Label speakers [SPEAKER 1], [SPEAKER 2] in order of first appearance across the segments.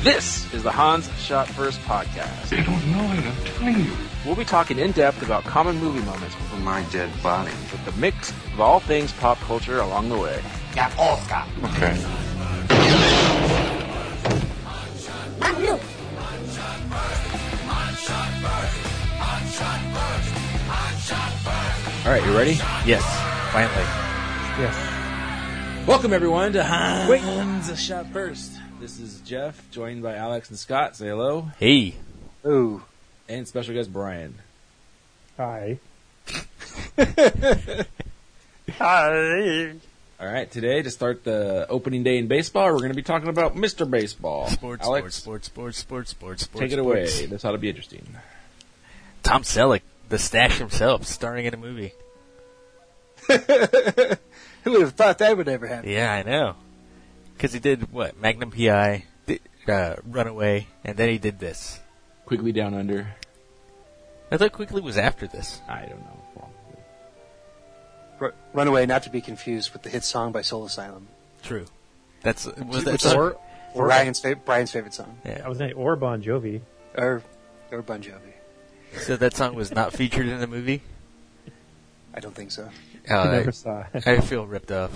[SPEAKER 1] This is the Hans Shot First podcast.
[SPEAKER 2] They don't know it, I'm telling you.
[SPEAKER 1] We'll be talking in depth about common movie moments
[SPEAKER 3] for my dead body.
[SPEAKER 1] with the mix of all things pop culture along the way.
[SPEAKER 4] Yeah, Oscar.
[SPEAKER 2] Okay.
[SPEAKER 5] All right, you ready?
[SPEAKER 6] Yes, finally.
[SPEAKER 5] Welcome everyone to Hans Wait. Shot First. This is Jeff, joined by Alex and Scott. Say hello,
[SPEAKER 6] Hey,
[SPEAKER 1] Ooh.
[SPEAKER 5] and special guest Brian.
[SPEAKER 7] Hi.
[SPEAKER 5] All right, today to start the opening day in baseball, we're going to be talking about Mr. Baseball.
[SPEAKER 6] sports,
[SPEAKER 5] Alex,
[SPEAKER 6] sports, sports, sports, sports, sports.
[SPEAKER 5] take it away.
[SPEAKER 6] sports.
[SPEAKER 5] This ought to be interesting.
[SPEAKER 6] Tom Selleck, the stash himself, starring in a movie.
[SPEAKER 8] Who would have thought that would ever happen?
[SPEAKER 6] Yeah, I know. Because he did what? Magnum PI, did, uh, Runaway, and then he did this.
[SPEAKER 5] Quickly down under.
[SPEAKER 6] I thought Quickly was after this.
[SPEAKER 5] I don't know. Probably.
[SPEAKER 8] Ru- Runaway, not to be confused with the hit song by Soul Asylum,
[SPEAKER 6] True. That's was that
[SPEAKER 8] which
[SPEAKER 6] the-
[SPEAKER 8] or, or Brian's, fa- Brian's favorite song,
[SPEAKER 7] I was saying, or Bon Jovi.
[SPEAKER 8] or or Bon Jovi.
[SPEAKER 6] so that song was not featured in the movie.
[SPEAKER 8] I don't think so.
[SPEAKER 6] Oh,
[SPEAKER 7] I
[SPEAKER 6] I,
[SPEAKER 7] never saw it.
[SPEAKER 6] I feel ripped off.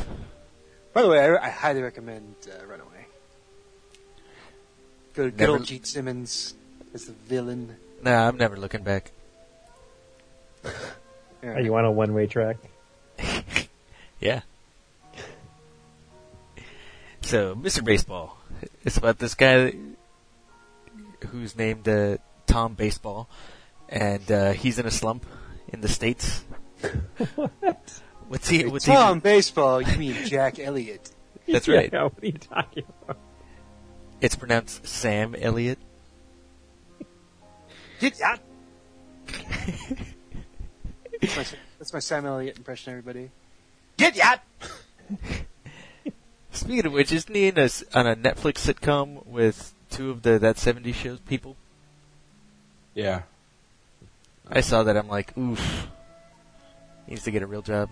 [SPEAKER 8] By the way, I, I highly recommend uh, Runaway. Good, good
[SPEAKER 6] Never-
[SPEAKER 8] old Gene Simmons as the villain.
[SPEAKER 6] Nah, I'm never looking back.
[SPEAKER 8] Yeah.
[SPEAKER 7] Are you on a one-way track?
[SPEAKER 6] Yeah. So, Mr. Baseball. It's about this guy who's named uh, Tom Baseball, and uh, he's in a slump in the states. What's he? What's he?
[SPEAKER 8] Tom Baseball, you mean Jack Elliott?
[SPEAKER 6] That's right.
[SPEAKER 7] Yeah, what are you talking about?
[SPEAKER 6] It's pronounced Sam Elliott.
[SPEAKER 8] Get out. that's, my, that's my Sam Elliott impression, everybody.
[SPEAKER 4] Get ya!
[SPEAKER 6] Speaking of which, isn't he in a s on a Netflix sitcom with two of the that '70s shows people?
[SPEAKER 5] Yeah.
[SPEAKER 6] I saw that. I'm like, oof. He needs to get a real job.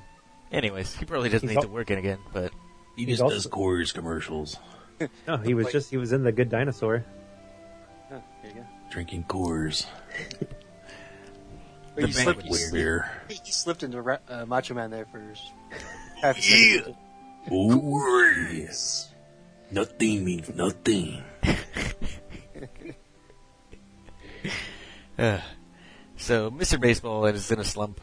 [SPEAKER 6] Anyways, he probably doesn't
[SPEAKER 7] He's
[SPEAKER 6] need
[SPEAKER 7] al-
[SPEAKER 6] to work in again, but
[SPEAKER 2] He
[SPEAKER 7] He's
[SPEAKER 2] just
[SPEAKER 7] also-
[SPEAKER 2] does Coors commercials.
[SPEAKER 7] No, he was just, he was in The Good Dinosaur.
[SPEAKER 8] Oh, there you go.
[SPEAKER 2] Drinking Coors.
[SPEAKER 8] But you slipped,
[SPEAKER 6] banquet
[SPEAKER 8] you
[SPEAKER 2] Weird
[SPEAKER 8] slipped-
[SPEAKER 2] beer.
[SPEAKER 8] He slipped into Ra- uh, Macho Man there for half a second.
[SPEAKER 2] Ooh, yes. Nothing means nothing.
[SPEAKER 6] Uh, so Mr. Baseball is in a slump,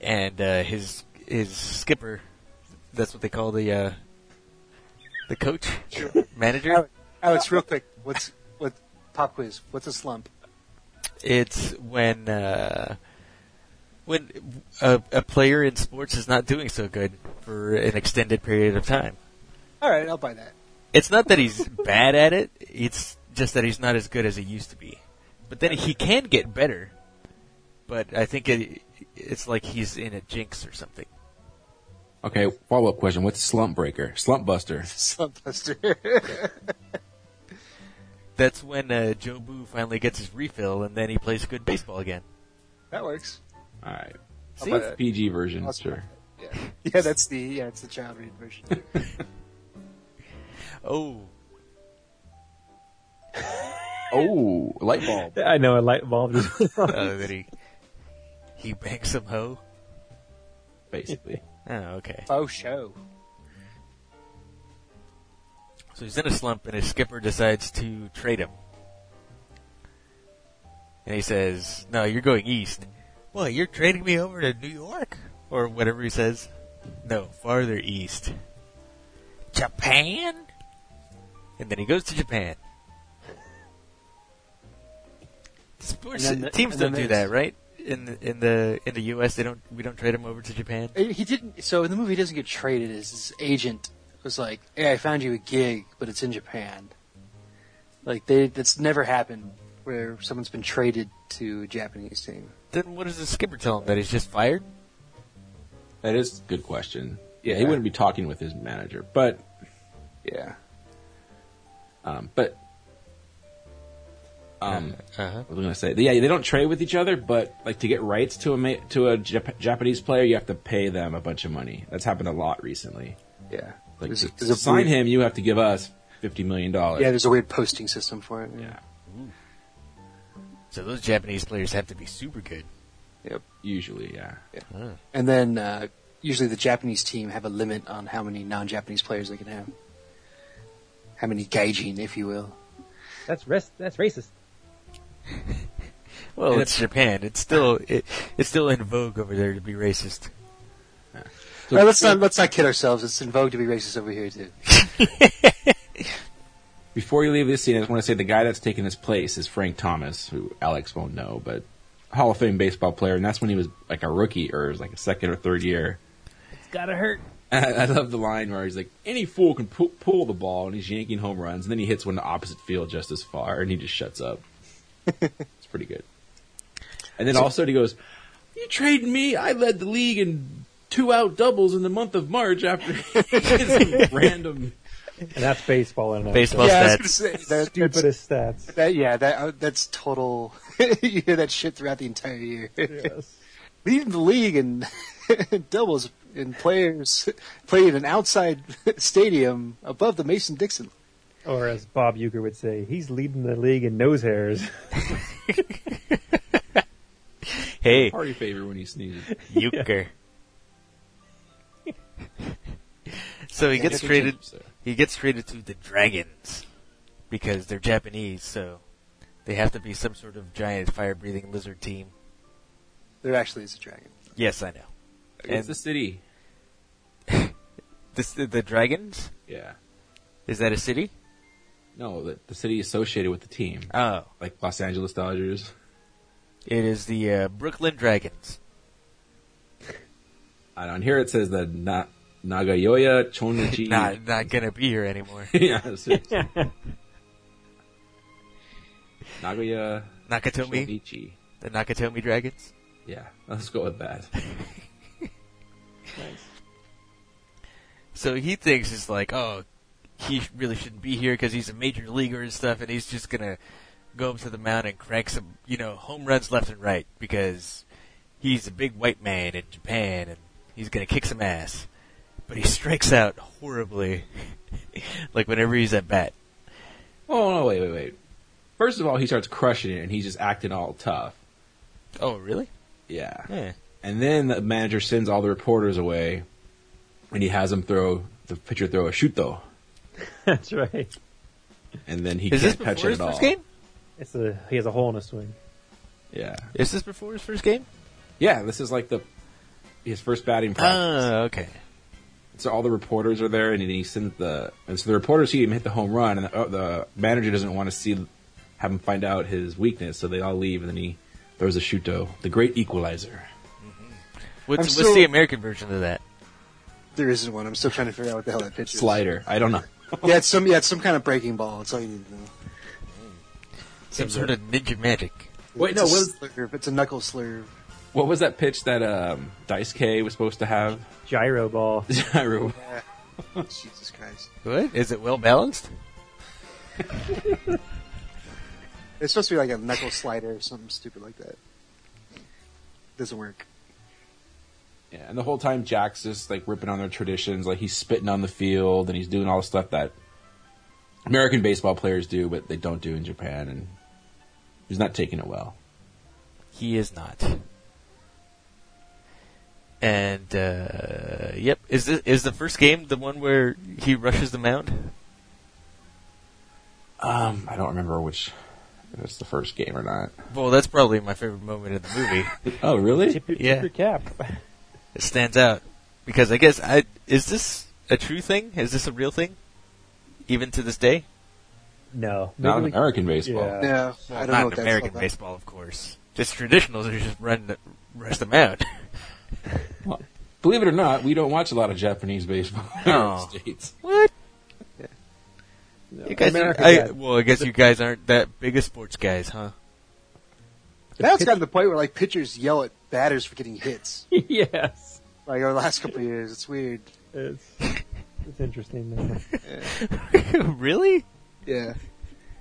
[SPEAKER 6] and uh, his his skipper, that's what they call the uh, the coach manager.
[SPEAKER 8] Alex, Alex, real quick, what's what? Pop quiz. What's a slump?
[SPEAKER 6] It's when uh, when a, a player in sports is not doing so good for an extended period of time.
[SPEAKER 8] All right, I'll buy that.
[SPEAKER 6] It's not that he's bad at it. It's just that he's not as good as he used to be. But then he can get better. But I think it, it's like he's in a jinx or something.
[SPEAKER 5] Okay. Follow up question. What's slump breaker? Slump buster.
[SPEAKER 8] Slump buster.
[SPEAKER 6] That's when uh, Joe Boo finally gets his refill, and then he plays good baseball again.
[SPEAKER 8] that works.
[SPEAKER 5] All right.
[SPEAKER 8] I'll
[SPEAKER 5] See,
[SPEAKER 8] buy that.
[SPEAKER 5] PG version.
[SPEAKER 8] I'll-
[SPEAKER 5] Sure.
[SPEAKER 8] Yeah. yeah, that's the yeah, it's the child read version.
[SPEAKER 6] Oh,
[SPEAKER 5] Oh, light bulb.
[SPEAKER 7] I know, a light bulb. just-
[SPEAKER 6] uh, that he he bangs some hoe.
[SPEAKER 5] Basically.
[SPEAKER 6] Oh, okay.
[SPEAKER 8] Faux show.
[SPEAKER 6] So he's in a slump, and his skipper decides to trade him. And he says, "No, you're going east." Well, you're trading me over to New York or whatever he says. No, farther east. Japan. And then he goes to Japan. Sports
[SPEAKER 8] And then the-
[SPEAKER 6] teams
[SPEAKER 8] and then
[SPEAKER 6] don't do
[SPEAKER 8] there's-
[SPEAKER 6] that, right? In the, in the in the U.S., they don't. We don't trade him over to Japan.
[SPEAKER 8] Uh, He didn't. So in the movie, he doesn't get traded. His, his agent was like, "Hey, I found you a gig, but it's in Japan." Like they, that's never happened where someone's been traded to a Japanese team.
[SPEAKER 6] Then what does the skipper tell him that he's just fired?
[SPEAKER 5] That is a good question. Yeah, he wouldn't be talking with his manager, but
[SPEAKER 8] Yeah.
[SPEAKER 5] um, but um,
[SPEAKER 6] Uh-huh.
[SPEAKER 5] I was gonna say, yeah, they don't trade with each other, but like to get rights to a ma- to a Jap- Japanese player, you have to pay them a bunch of money. That's happened a lot recently.
[SPEAKER 8] Yeah.
[SPEAKER 5] Like
[SPEAKER 8] There's
[SPEAKER 5] to
[SPEAKER 8] a- there's a
[SPEAKER 5] sign
[SPEAKER 8] blue-
[SPEAKER 5] him, you have to give us fifty million dollars.
[SPEAKER 8] Yeah, there's a weird posting system for it.
[SPEAKER 5] Yeah.
[SPEAKER 6] So those Japanese players have to be super good.
[SPEAKER 8] Yep.
[SPEAKER 5] usually, yeah.
[SPEAKER 8] And then uh, usually the Japanese team have a limit on how many non-Japanese players they can have. How many gaijin, if you will.
[SPEAKER 7] That's rest. That's racist.
[SPEAKER 6] Well,
[SPEAKER 5] And
[SPEAKER 6] it's Japan. It's still it, it's still in vogue over there to be racist.
[SPEAKER 5] So-
[SPEAKER 8] All right, let's not let's not kid ourselves. It's in vogue to be racist over here too.
[SPEAKER 5] Before you leave this scene, I just want to say the guy that's taking his place is Frank Thomas, who Alex won't know, but Hall of Fame baseball player, and that's when he was like a rookie or it was like a second or third year.
[SPEAKER 7] It's gotta hurt.
[SPEAKER 5] I love the line where he's like, "Any fool can pu- pull the ball," and he's yanking home runs, and then he hits one to opposite field just as far, and he just shuts up. it's pretty good. And then all of a sudden he goes, "You trading me? I led the league in two out doubles in the month of March after some random."
[SPEAKER 7] And that's baseball and
[SPEAKER 6] Baseball
[SPEAKER 8] yeah,
[SPEAKER 6] stats.
[SPEAKER 8] I was gonna say, that,
[SPEAKER 7] Stupidest stats.
[SPEAKER 8] that- yeah, that uh, that's total. you hear that shit throughout the entire year.
[SPEAKER 7] Yes.
[SPEAKER 8] Leading the league in doubles and players playing an outside stadium above the Mason Dixon.
[SPEAKER 7] Or as Bob Uecker would say, he's leading the league in nose hairs.
[SPEAKER 6] Hey,
[SPEAKER 5] Party favor when he sneezes.
[SPEAKER 6] Euchre. so he gets traded. He gets traded to the Dragons because they're Japanese, so they have to be some sort of giant fire-breathing lizard team.
[SPEAKER 8] There actually is a dragon.
[SPEAKER 6] Yes, I know.
[SPEAKER 5] It's the city.
[SPEAKER 6] This the, the Dragons
[SPEAKER 5] Yeah.
[SPEAKER 6] is that a city?
[SPEAKER 5] No, the, the city associated with the team,
[SPEAKER 6] Oh,
[SPEAKER 5] like Los Angeles Dodgers.
[SPEAKER 6] it is the uh, Brooklyn Dragons.
[SPEAKER 5] And on here it says the Na- Nagayoya
[SPEAKER 8] Oh,
[SPEAKER 5] Chonichi.
[SPEAKER 6] Not not gonna be here anymore.
[SPEAKER 5] yeah, seriously. Nagoya
[SPEAKER 6] Nakatomi,
[SPEAKER 5] Shonichi.
[SPEAKER 6] the Nakatomi Dragons.
[SPEAKER 5] Yeah, let's go with that.
[SPEAKER 6] So he thinks it's like, oh, he sh- really shouldn't be here because he's a major leaguer and stuff, and he's just gonna go up to the mound and crank some, you know, home runs left and right because he's a big white man in Japan and he's gonna kick some ass. But he strikes out horribly, like whenever he's at bat.
[SPEAKER 5] Oh no, wait, wait, wait. First of all, he starts crushing it, and he's just acting all tough.
[SPEAKER 6] Oh, really?
[SPEAKER 5] Yeah.
[SPEAKER 6] Yeah.
[SPEAKER 5] And then the manager sends all the reporters away, and he has them throw the pitcher throw a shuto,
[SPEAKER 7] that's right.
[SPEAKER 5] and then he
[SPEAKER 6] Is this
[SPEAKER 5] can't
[SPEAKER 6] before
[SPEAKER 5] touch it
[SPEAKER 6] his
[SPEAKER 5] at all.
[SPEAKER 6] first game?
[SPEAKER 7] It's a he has a hole in his swing.
[SPEAKER 5] Yeah,
[SPEAKER 6] Is this before his first game?
[SPEAKER 5] yeah. This is like the his first batting practice.
[SPEAKER 6] Oh, okay.
[SPEAKER 5] so all the reporters are there, and then he sends the and so the reporters see him hit the home run, and the, uh, the manager doesn't want to see have him find out his weakness, so they all leave, and then he throws a shuto, the great equalizer.
[SPEAKER 6] What's,
[SPEAKER 8] I'm
[SPEAKER 6] what's
[SPEAKER 8] so-
[SPEAKER 6] the American version of that?
[SPEAKER 8] There isn't one. I'm still trying to figure out what the hell that pitch is.
[SPEAKER 5] Slider. I don't know.
[SPEAKER 8] Yeah, it's some yeah, it's some kind of breaking ball. That's all you need to know.
[SPEAKER 6] Some sort of ninja magic.
[SPEAKER 5] Wait,
[SPEAKER 8] It's
[SPEAKER 5] no.
[SPEAKER 8] a
[SPEAKER 5] What was,
[SPEAKER 8] slurve. It's a knuckle slurve.
[SPEAKER 5] what was that pitch that um, Dice K was supposed to have?
[SPEAKER 7] Gyro ball.
[SPEAKER 5] Gyro.
[SPEAKER 8] Jesus Christ.
[SPEAKER 6] What? Is it well balanced?
[SPEAKER 8] It's supposed to be like a knuckle slider or something stupid like that. Doesn't work.
[SPEAKER 5] Yeah, and the whole time Jack's just like ripping on their traditions, like he's spitting on the field and he's doing all the stuff that American baseball players do, but they don't do in Japan, and he's not taking it well.
[SPEAKER 6] He is not. And uh, yep, is this, is the first game the one where he rushes the mound?
[SPEAKER 5] Um, I don't remember which if it's the first game or not.
[SPEAKER 6] Well, that's probably my favorite moment of the movie.
[SPEAKER 5] Oh, really?
[SPEAKER 7] Tip your,
[SPEAKER 6] Yeah.
[SPEAKER 7] tip your cap.
[SPEAKER 6] it stands out because I guess I is this a true thing? Is this a real thing? Even to this day,
[SPEAKER 7] No.
[SPEAKER 5] Not in
[SPEAKER 7] Maybe we-
[SPEAKER 5] American baseball.
[SPEAKER 7] Yeah.
[SPEAKER 8] No, I don't
[SPEAKER 6] not
[SPEAKER 8] know
[SPEAKER 6] in
[SPEAKER 8] what that's
[SPEAKER 6] American
[SPEAKER 8] all about.
[SPEAKER 6] baseball, of course. Just traditionals are just run the, rush the mound.
[SPEAKER 5] Well, believe it or not, we don't watch a lot of Japanese baseball in
[SPEAKER 6] Oh.
[SPEAKER 5] the States.
[SPEAKER 6] what? You guys,
[SPEAKER 7] America,
[SPEAKER 6] I-
[SPEAKER 7] yeah.
[SPEAKER 6] well, I guess you guys aren't that big of sports guys, huh?
[SPEAKER 8] Now it's gotten to the point where like pitchers yell at batters for getting hits.
[SPEAKER 7] yes.
[SPEAKER 8] Like over the last couple of years, it's weird.
[SPEAKER 7] It's, it's interesting. though.
[SPEAKER 6] really?
[SPEAKER 8] Yeah.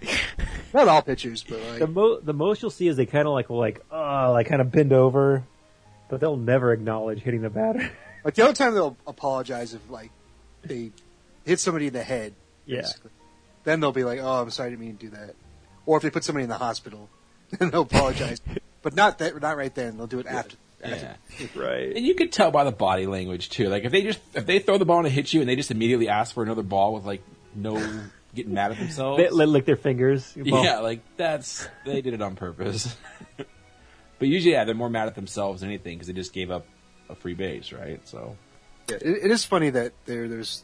[SPEAKER 8] Not all pitchers, but
[SPEAKER 7] The
[SPEAKER 8] like
[SPEAKER 7] mo- the most you'll see is they kind of like will like uh like kind of bend over, but they'll never acknowledge hitting the batter.
[SPEAKER 8] like the only time they'll apologize if like they hit somebody in the head.
[SPEAKER 7] Yeah.
[SPEAKER 8] Basically.
[SPEAKER 3] Then they'll be like, "Oh, I'm sorry, I didn't mean to do that." Or if they put somebody in the hospital, then they'll apologize, but not that, not right then. They'll do it after.
[SPEAKER 5] Yeah.
[SPEAKER 7] Right.
[SPEAKER 5] And you could tell by the body language too. Like if they just if they throw the ball and it hits you and they just immediately ask for another ball with like no getting mad at themselves.
[SPEAKER 7] They li- lick their fingers. Well,
[SPEAKER 5] yeah, like that's they did it on purpose. but usually, yeah, they're more mad at themselves than anything because they just gave up a free base, right? So
[SPEAKER 3] Yeah, it, it is funny that there there's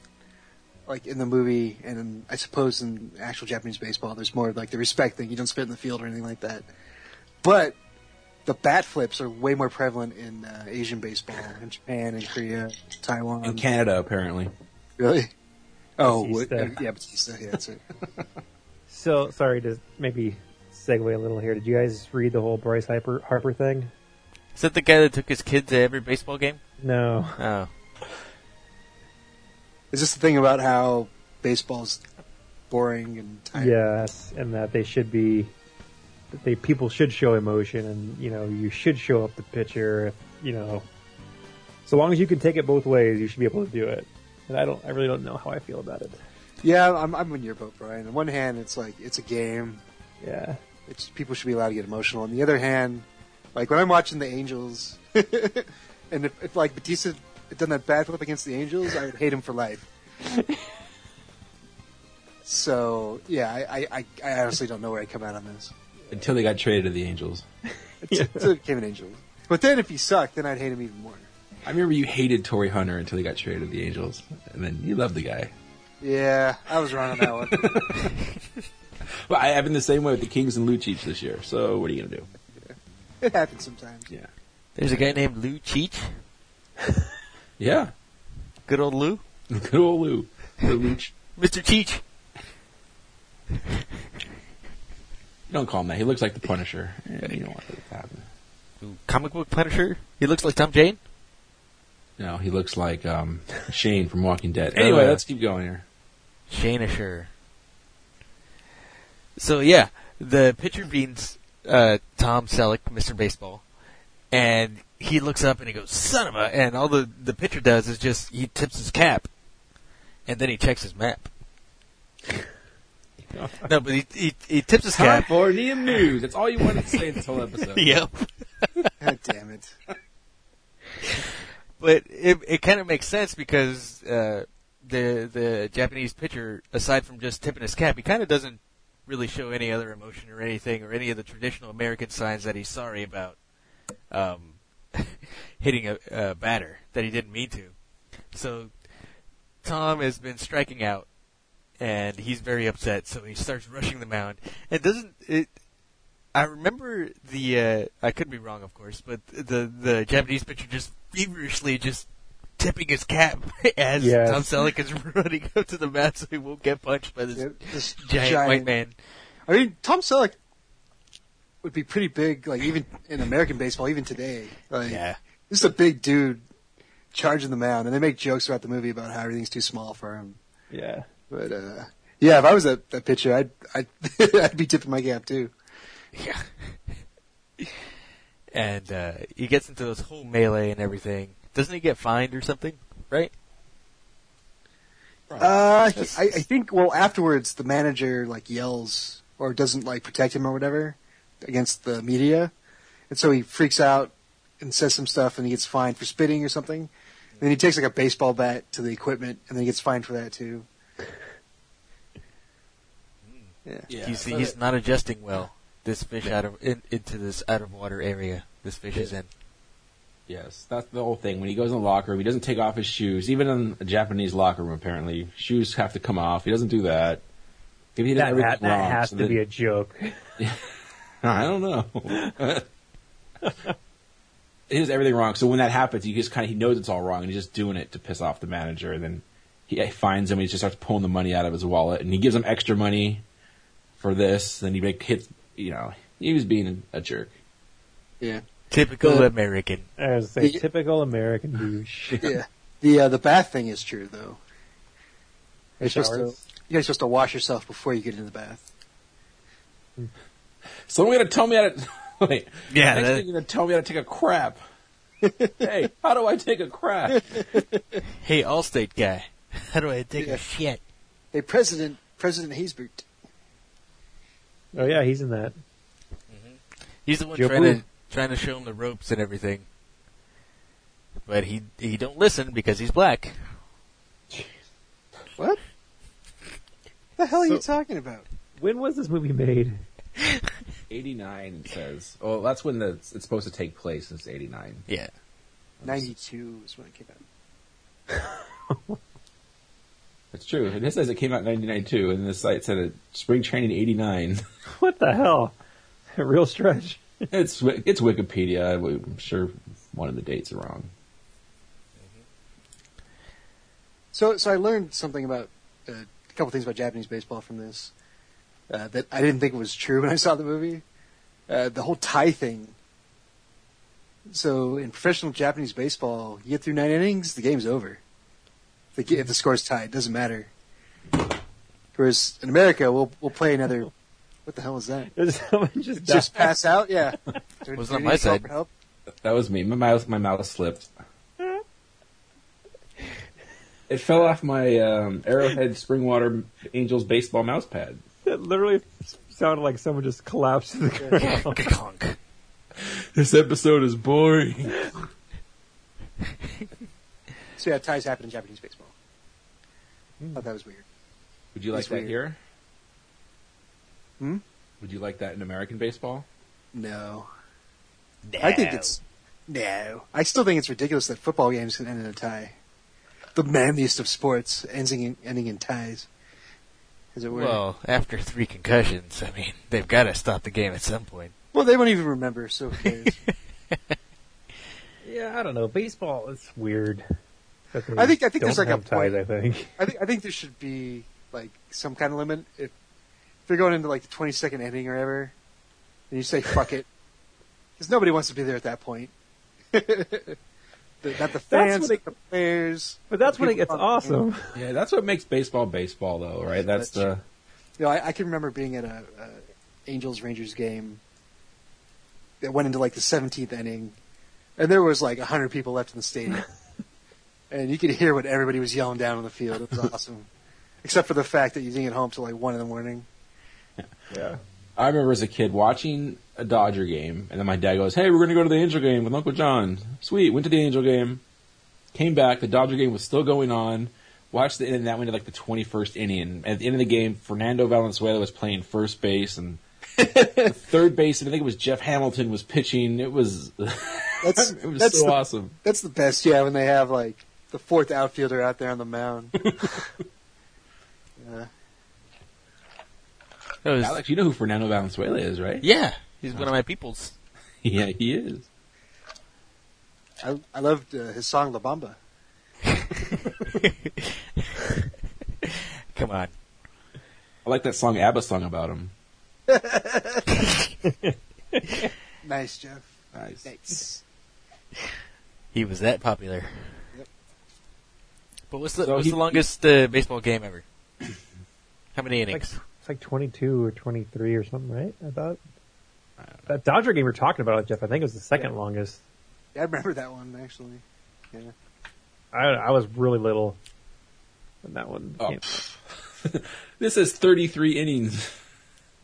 [SPEAKER 3] like in the movie and in, I suppose in actual Japanese baseball there's more of like the respect thing. You don't spit in the field or anything like that. But the bat flips are way more prevalent in uh, Asian baseball, in Japan and Korea, Taiwan.
[SPEAKER 5] in Canada, apparently,
[SPEAKER 3] really? Oh,
[SPEAKER 7] Batista.
[SPEAKER 3] what- yeah, Batista. Yeah, that's it.
[SPEAKER 7] So sorry to maybe segue a little here. Did you guys read the whole Bryce Harper Harper thing?
[SPEAKER 6] Is that the guy that took his kid to every baseball game?
[SPEAKER 7] No.
[SPEAKER 6] Oh.
[SPEAKER 3] Is this the thing about how baseball's boring and tiring?
[SPEAKER 7] Yes, and that they should be. That they people should show emotion, and you know you should show up the pitcher. If you know, so long as you can take it both ways, you should be able to do it. And I don't. I really don't know how I feel about it.
[SPEAKER 3] Yeah, I'm I'm in your boat, Brian. On one hand, it's like it's a game.
[SPEAKER 7] Yeah.
[SPEAKER 3] it's people should be allowed to get emotional. On the other hand, like when I'm watching the Angels, and if, if like Batista had done that bad flip against the Angels, I would hate him for life. so yeah, I, I, I I honestly don't know where I come out on this.
[SPEAKER 5] until they got traded to the Angels.
[SPEAKER 3] So it became an Angel, but then if he sucked, then I'd hate him even more.
[SPEAKER 5] I remember you hated Tory Hunter until he got traded to the Angels, and then you loved the guy.
[SPEAKER 3] Yeah, I was wrong on that one.
[SPEAKER 5] But I have been the same way with the Kings and Lucic this year. So what are you gonna do?
[SPEAKER 3] it happens sometimes.
[SPEAKER 5] Yeah,
[SPEAKER 6] There's a guy named Lou Cheech.
[SPEAKER 5] yeah.
[SPEAKER 6] Good old Lou.
[SPEAKER 5] Good old Lou. Lou Luch.
[SPEAKER 6] Mr. Cheech.
[SPEAKER 5] Don't call him that. He looks like the Punisher. And you don't want that to happen.
[SPEAKER 6] Ooh, Comic book Punisher. He looks like Tom Jane.
[SPEAKER 5] No, he looks like um, Shane from Walking Dead. Anyway,
[SPEAKER 6] Uh,
[SPEAKER 5] let's keep going here.
[SPEAKER 6] Shanisher. So yeah, the pitcher beans uh, Tom Selleck, Mr. Baseball, and he looks up and he goes, "Son of a!" And all the the pitcher does is just he tips his cap, and then he checks his map. no, but he he, he tips his cap.
[SPEAKER 5] California news. That's all you wanted to say this whole episode.
[SPEAKER 6] Yep.
[SPEAKER 3] God damn it.
[SPEAKER 6] but it it kind of makes sense because uh, the the Japanese pitcher, aside from just tipping his cap, he kind of doesn't really show any other emotion or anything or any of the traditional American signs that he's sorry about um, hitting a, a batter that he didn't mean to. So Tom has been striking out, and he's very upset. So he starts rushing the mound. It doesn't it. I remember the uh, I could be wrong, of course, but the the Japanese pitcher just feverishly just tipping his cap as
[SPEAKER 7] Yes.
[SPEAKER 6] Tom Selleck is running up to the mound so he won't get punched by this
[SPEAKER 3] Yeah, this
[SPEAKER 6] giant, white man.
[SPEAKER 3] I mean, Tom Selleck would be pretty big, like even in American baseball, even today. Like,
[SPEAKER 6] Yeah.
[SPEAKER 3] this is a big dude charging the mound, and they make jokes throughout the movie about how everything's too small for him.
[SPEAKER 7] Yeah.
[SPEAKER 3] But uh, yeah, if I was that, that pitcher, I'd I'd, I'd be tipping my cap too.
[SPEAKER 6] Yeah. and uh, he gets into this whole melee and everything. Doesn't he get fined or something? Right?
[SPEAKER 3] Uh, he- I, I think well afterwards the manager like yells or doesn't like protect him or whatever against the media, and so he freaks out and says some stuff and he gets fined for spitting or something. And then he takes like a baseball bat to the equipment and then he gets fined for that too. Yeah.
[SPEAKER 5] Yeah.
[SPEAKER 6] he's he's not adjusting well. This fish out of in, into this out of water area. This fish is in.
[SPEAKER 5] Yes, that's the whole thing. When he goes in the locker room, he doesn't take off his shoes. Even in a Japanese locker room, apparently, shoes have to come off. He doesn't do that. Maybe he did
[SPEAKER 7] That,
[SPEAKER 5] everything
[SPEAKER 7] that, that
[SPEAKER 5] wrong,
[SPEAKER 7] has
[SPEAKER 5] so
[SPEAKER 7] to
[SPEAKER 5] then-
[SPEAKER 7] be a joke.
[SPEAKER 5] I don't know. he does everything wrong. So when that happens, he just kind of he knows it's all wrong, and he's just doing it to piss off the manager. And then he finds him, and he just starts pulling the money out of his wallet, and he gives him extra money for this. Then he make hits. You know, he was being a jerk.
[SPEAKER 3] Yeah.
[SPEAKER 6] Typical
[SPEAKER 3] Uh,
[SPEAKER 6] American.
[SPEAKER 7] I was gonna say typical American douche.
[SPEAKER 3] Yeah. The uh, the bath thing is true though. You're supposed, to,
[SPEAKER 7] Showers.
[SPEAKER 3] you're supposed to wash yourself before you get into the bath.
[SPEAKER 5] Someone gotta tell me how to. Wait.
[SPEAKER 6] Yeah,
[SPEAKER 5] Next
[SPEAKER 6] that-
[SPEAKER 5] thing you're gonna tell me how to take a crap. hey, how do I take a crap?
[SPEAKER 6] Hey, Allstate guy. How do I take
[SPEAKER 3] Yeah.
[SPEAKER 6] a shit?
[SPEAKER 3] Hey, President,
[SPEAKER 8] President Haysbert.
[SPEAKER 7] Oh yeah, he's in that.
[SPEAKER 6] He's the one
[SPEAKER 7] Joe
[SPEAKER 6] trying
[SPEAKER 7] Blue.
[SPEAKER 6] to trying to show him the ropes and everything, but he he don't listen because he's black.
[SPEAKER 8] What? The hell are you
[SPEAKER 7] So-
[SPEAKER 8] talking about?
[SPEAKER 7] When was this movie made?
[SPEAKER 5] 89 it says. Well, that's when the, it's supposed to take place. It's 89.
[SPEAKER 6] Yeah,
[SPEAKER 8] 92 is when it came out.
[SPEAKER 5] That's true. And this says it came out in 99 too, and this site said it spring training 89.
[SPEAKER 7] What the hell? A real stretch.
[SPEAKER 5] it's Wi- it's Wikipedia. I'm sure one of the dates are wrong.
[SPEAKER 8] So, so I learned something about uh, a couple things about Japanese baseball from this uh, that I didn't think was true when I saw the movie. Uh, the whole tie thing. So, in professional Japanese baseball, you get through nine innings, the game's over. If the, ga- if the score's tied, it doesn't matter. Whereas in America, we'll we'll play another. What the hell is that?
[SPEAKER 7] Did someone just die?
[SPEAKER 8] Just pass out? Yeah. Do-
[SPEAKER 6] Wasn't
[SPEAKER 8] do
[SPEAKER 6] on
[SPEAKER 8] you
[SPEAKER 6] my
[SPEAKER 8] need help
[SPEAKER 6] side.
[SPEAKER 8] or Help?
[SPEAKER 5] That was me. My mouth my mouth slipped. It fell off my um, Arrowhead Springwater Angels baseball mouse pad.
[SPEAKER 7] It literally sounded like someone just collapsed to the ground.
[SPEAKER 6] Ka-conk.
[SPEAKER 5] This episode is boring.
[SPEAKER 8] So yeah, ties happen in Japanese baseball.
[SPEAKER 6] Hmm.
[SPEAKER 8] I thought that was weird.
[SPEAKER 5] Would you like
[SPEAKER 8] It's
[SPEAKER 5] that
[SPEAKER 8] weird.
[SPEAKER 5] here?
[SPEAKER 8] Hmm?
[SPEAKER 5] Would you like that in American baseball?
[SPEAKER 8] No. I think it's no. I still think it's ridiculous that football games can end in a tie. The manliest of sports ending in, ending in ties. As it were.
[SPEAKER 6] well after three concussions. I mean, they've got to stop the game at some point.
[SPEAKER 8] Well, they won't even remember. So who cares?
[SPEAKER 7] Yeah, I don't know. Baseball is weird. That they
[SPEAKER 8] I think- I think
[SPEAKER 7] don't
[SPEAKER 8] there's like a
[SPEAKER 7] have ties,
[SPEAKER 8] point.
[SPEAKER 7] I think.
[SPEAKER 8] I think I think there should be like some kind of limit if if you're going into like the 22nd inning or whatever, and you say fuck it, because nobody wants to be there at that point. The- Not the
[SPEAKER 7] when
[SPEAKER 8] fans, not
[SPEAKER 7] it-
[SPEAKER 8] the players.
[SPEAKER 7] But that's when it gets
[SPEAKER 8] People on the team.
[SPEAKER 7] awesome.
[SPEAKER 5] Yeah, that's what makes baseball baseball, though, right? That's,
[SPEAKER 8] That's
[SPEAKER 5] the
[SPEAKER 8] You know, I, I can remember being at a, a Angels Rangers game that went into like the 17th inning, and there was like 100 people left in the stadium, and you could hear what everybody was yelling down on the field. It was awesome, except for the fact that you didn't get home till like one in the morning.
[SPEAKER 5] Yeah. I remember as a kid watching a Dodger game, and then my dad goes, "Hey, we're going to go to the Angel game with Uncle John." Sweet, went to the Angel game, came back. The Dodger game was still going on. Watched the and that went to like the twenty first inning. At the end of the game, Fernando Valenzuela was playing first base and third base, and I think it was Jeff Hamilton was pitching. It was
[SPEAKER 8] That's
[SPEAKER 5] it was
[SPEAKER 8] that's
[SPEAKER 5] so
[SPEAKER 8] the,
[SPEAKER 5] awesome.
[SPEAKER 8] that's the best. Yeah, when they have like the fourth outfielder out there on the mound. yeah.
[SPEAKER 6] That was-
[SPEAKER 5] Alex, you know who Fernando Valenzuela is, right?
[SPEAKER 6] yeah, he's one of my peoples.
[SPEAKER 5] yeah, he is.
[SPEAKER 8] I I loved uh, his song La Bamba.
[SPEAKER 6] Come on,
[SPEAKER 5] I like that song ABBA song about him.
[SPEAKER 8] Nice, Jeff.
[SPEAKER 5] Nice.
[SPEAKER 8] Nice.
[SPEAKER 6] he was that popular.
[SPEAKER 8] Yep.
[SPEAKER 6] But what's the
[SPEAKER 5] So
[SPEAKER 6] what's
[SPEAKER 5] he-
[SPEAKER 6] the longest uh, baseball game ever? How many
[SPEAKER 7] Like,
[SPEAKER 6] innings?
[SPEAKER 7] it's like 22 or 23 or something, right? I thought. That Dodger game we are talking about, Jeff, I think it was the second longest.
[SPEAKER 8] Yeah, I remember that one actually. Yeah.
[SPEAKER 7] I, I was really little when that one
[SPEAKER 5] Oh,
[SPEAKER 7] came.
[SPEAKER 5] This is thirty three innings.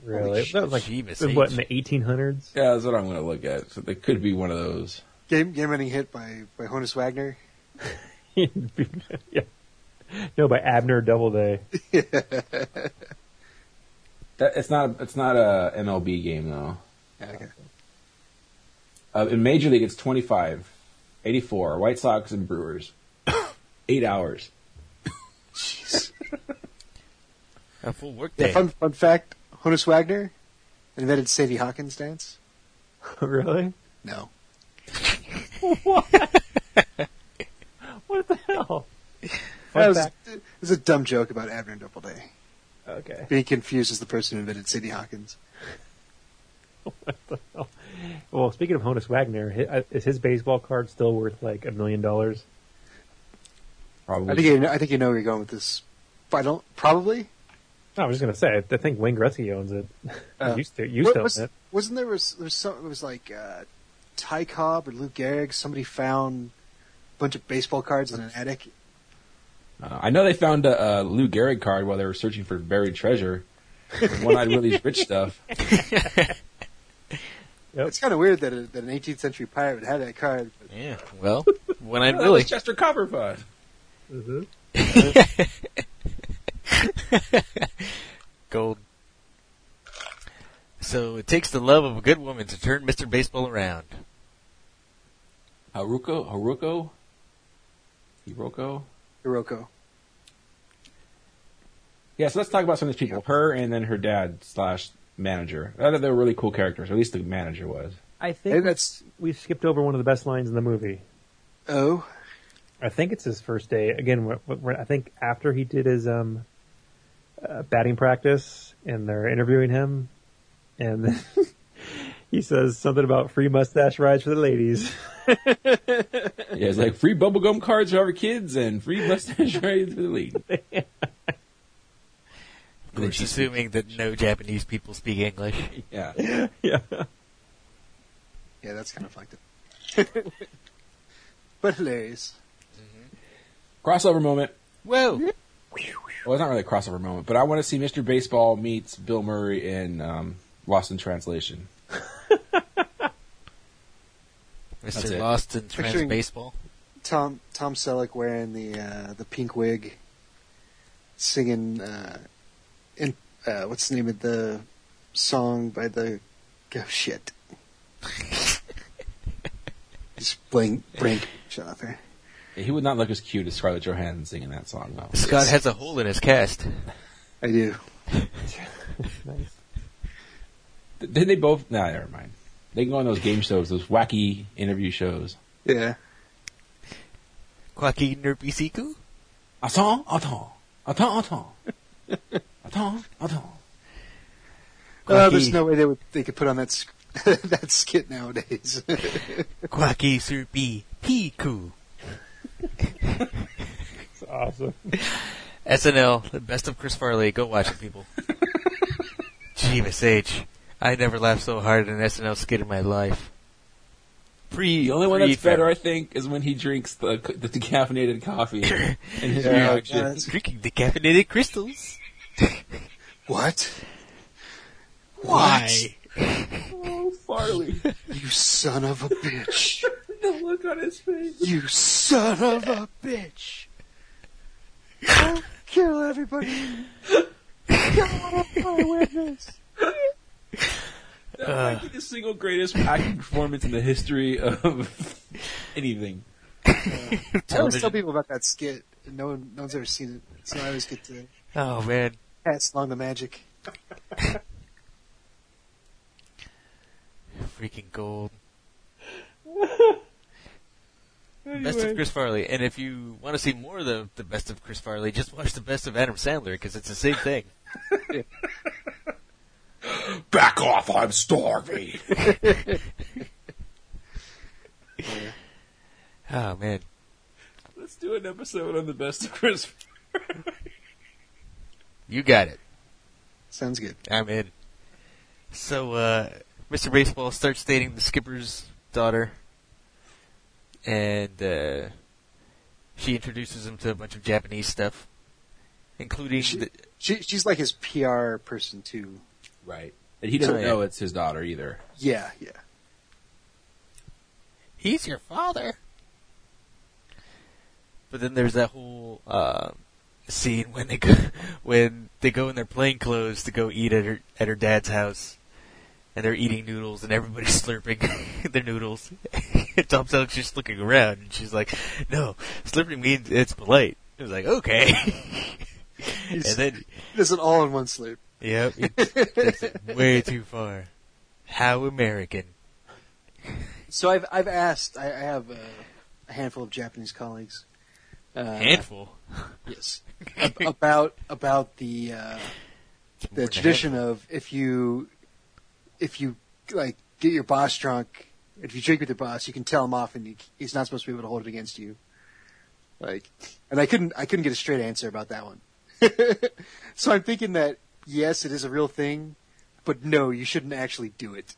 [SPEAKER 7] Really?
[SPEAKER 6] sh-
[SPEAKER 7] That was like,
[SPEAKER 6] Jeebus
[SPEAKER 7] it was what, in
[SPEAKER 6] H.
[SPEAKER 7] the 1800s?
[SPEAKER 5] Yeah, that's what I'm going to look at. So they could be one of those.
[SPEAKER 8] Game game ending hit by by Honus Wagner.
[SPEAKER 7] yeah. No, by Abner Doubleday.
[SPEAKER 5] That, it's not. It's not a MLB game though.
[SPEAKER 8] Okay.
[SPEAKER 5] Uh, in Major League, it's 25, 84, White Sox and Brewers, eight hours.
[SPEAKER 6] A full workday.
[SPEAKER 8] Yeah. Fun fun fact: Honus Wagner invented Sadie Hawkins dance.
[SPEAKER 7] really?
[SPEAKER 8] No.
[SPEAKER 7] What the hell?
[SPEAKER 8] That was,
[SPEAKER 7] fact.
[SPEAKER 8] it was a dumb joke about Abner Doubleday
[SPEAKER 7] Okay.
[SPEAKER 8] being confused as the person who invented Sadie Hawkins.
[SPEAKER 7] Well, speaking of Honus Wagner, hi- uh, is his baseball card still worth like a million dollars?
[SPEAKER 5] Probably.
[SPEAKER 8] I think you know, I think you know where you're going with this. But I don't probably.
[SPEAKER 7] No, I was just gonna say. I think Wayne Gretzky owns it.
[SPEAKER 8] Uh,
[SPEAKER 7] used to, used
[SPEAKER 8] What
[SPEAKER 7] to
[SPEAKER 8] was,
[SPEAKER 7] own it.
[SPEAKER 8] Wasn't there was there was some it was like uh, Ty Cobb or Lou Gehrig? Somebody found a bunch of baseball cards in an attic,
[SPEAKER 5] Uh, I know they found a, a Lou Gehrig card while they were searching for buried treasure. One-eyed Willie's rich stuff.
[SPEAKER 7] Yep.
[SPEAKER 8] It's kind of weird that, a, that an 18th century pirate would have that card. But
[SPEAKER 6] Yeah. Well, when I
[SPEAKER 5] That
[SPEAKER 6] really
[SPEAKER 5] was Chester Copperpot.
[SPEAKER 7] Mhm.
[SPEAKER 6] gold. So it takes the love of a good woman to turn Mr. Baseball around.
[SPEAKER 5] Haruko, Haruko, Hiroko.
[SPEAKER 8] Hiroko.
[SPEAKER 5] Yeah, so let's talk about some of these people. Her and then her dad slash manager. I thought they were really cool characters. At least the manager was.
[SPEAKER 7] I think
[SPEAKER 8] Maybe that's
[SPEAKER 7] we skipped over one of the best lines in the movie.
[SPEAKER 8] oh,
[SPEAKER 7] I think it's his first day. Again, wh- wh- wh- I think after he did his um, uh, batting practice, and they're interviewing him, and then he says something about free mustache rides for the ladies.
[SPEAKER 5] Yeah, it's like free bubblegum cards for our kids and free mustache rides for the league.
[SPEAKER 6] Which assuming that no Japanese people speak English.
[SPEAKER 5] Yeah.
[SPEAKER 7] yeah,
[SPEAKER 8] yeah, that's kind of fucked up. but hilarious.
[SPEAKER 5] Crossover moment.
[SPEAKER 6] Whoa!
[SPEAKER 5] Well, it's not really a crossover moment, but I want to see Mr. Baseball meets Bill Murray in um, Lost in Translation. That's
[SPEAKER 6] Mr.
[SPEAKER 5] it.
[SPEAKER 6] Lost in Trans
[SPEAKER 8] Picturing-
[SPEAKER 6] Baseball.
[SPEAKER 8] Tom Tom Selleck wearing the uh, the pink wig, singing uh, in uh, what's the name of the song by the oh shit. Just blank blank shut up there.
[SPEAKER 5] He would not look as cute as Scarlett Johansson singing that song, though.
[SPEAKER 6] Scott has a hole in his cast.
[SPEAKER 8] I do.
[SPEAKER 7] nice.
[SPEAKER 5] Th- Did they both? Nah, never mind. They can go on those game shows, those wacky interview shows.
[SPEAKER 8] Yeah.
[SPEAKER 6] Kwaki Nerpisiku?
[SPEAKER 5] Attends, attends, attends, attends, attends, attends.
[SPEAKER 8] Uh, there's
[SPEAKER 6] Quacky.
[SPEAKER 8] no way they would they could put on that sc- that skit nowadays.
[SPEAKER 6] Kwaki Surpi Hiku.
[SPEAKER 7] It's awesome.
[SPEAKER 6] SNL, the best of Chris Farley. Go watch it, people. Jeebus H. I never laughed so hard at an SNL skit in my life. Pre,
[SPEAKER 5] The only one that's better, I think, is when he drinks the the decaffeinated coffee and his
[SPEAKER 8] Yeah,
[SPEAKER 5] reaction.
[SPEAKER 8] that's-
[SPEAKER 6] Drinking decaffeinated crystals.
[SPEAKER 8] what?
[SPEAKER 6] Why?
[SPEAKER 5] Oh, Farley,
[SPEAKER 8] You son of a bitch.
[SPEAKER 5] the look on his face.
[SPEAKER 8] You son of a bitch! I'll kill everybody!
[SPEAKER 5] That might be the single greatest acting performance in the history of anything.
[SPEAKER 8] I always tell
[SPEAKER 6] Television.
[SPEAKER 8] people about that skit, and no, one, no one's ever seen it, so I always get to
[SPEAKER 6] Oh man.
[SPEAKER 8] pass along the magic.
[SPEAKER 6] Freaking gold. Best of Chris Farley. And if you want to see more of the, the best of Chris Farley, just watch the best of Adam Sandler because it's the same thing.
[SPEAKER 2] Back off, I'm starving.
[SPEAKER 6] Oh man.
[SPEAKER 5] Let's do an episode on the best of Chris.
[SPEAKER 6] You got it.
[SPEAKER 8] Sounds good.
[SPEAKER 6] I'm in. So, uh, Mr. Baseball starts dating the skipper's daughter, and uh, she introduces him to a bunch of Japanese stuff, including the,
[SPEAKER 8] She, she's like his PR person, too.
[SPEAKER 5] Right. And he doesn't
[SPEAKER 6] Oh, yeah.
[SPEAKER 5] know it's his daughter either.
[SPEAKER 8] Yeah, yeah.
[SPEAKER 6] he's your father. But then there's that whole uh, scene when they go when they go in their plain clothes to go eat at her at her dad's house, and they're eating noodles and everybody's slurping their noodles. Tom Selleck's just looking around and she's like, "No, slurping means it's polite." It was like, "Okay," and then
[SPEAKER 8] This is all in one slurp.
[SPEAKER 6] Yep, it takes it way too far. How American.
[SPEAKER 8] So I've, I've asked, I, I have a, a handful of Japanese colleagues. Uh,
[SPEAKER 6] Handful.
[SPEAKER 8] Yes. Ab- about, about the, uh,
[SPEAKER 6] It's more
[SPEAKER 8] the
[SPEAKER 6] than
[SPEAKER 8] tradition of if you if you like get your boss drunk, if you drink with your boss, you can tell him off, and you, he's not supposed to be able to hold it against you. Like, and I couldn't I couldn't get a straight answer about that one. so I'm thinking that yes, it is a real thing, but no, you shouldn't actually do it.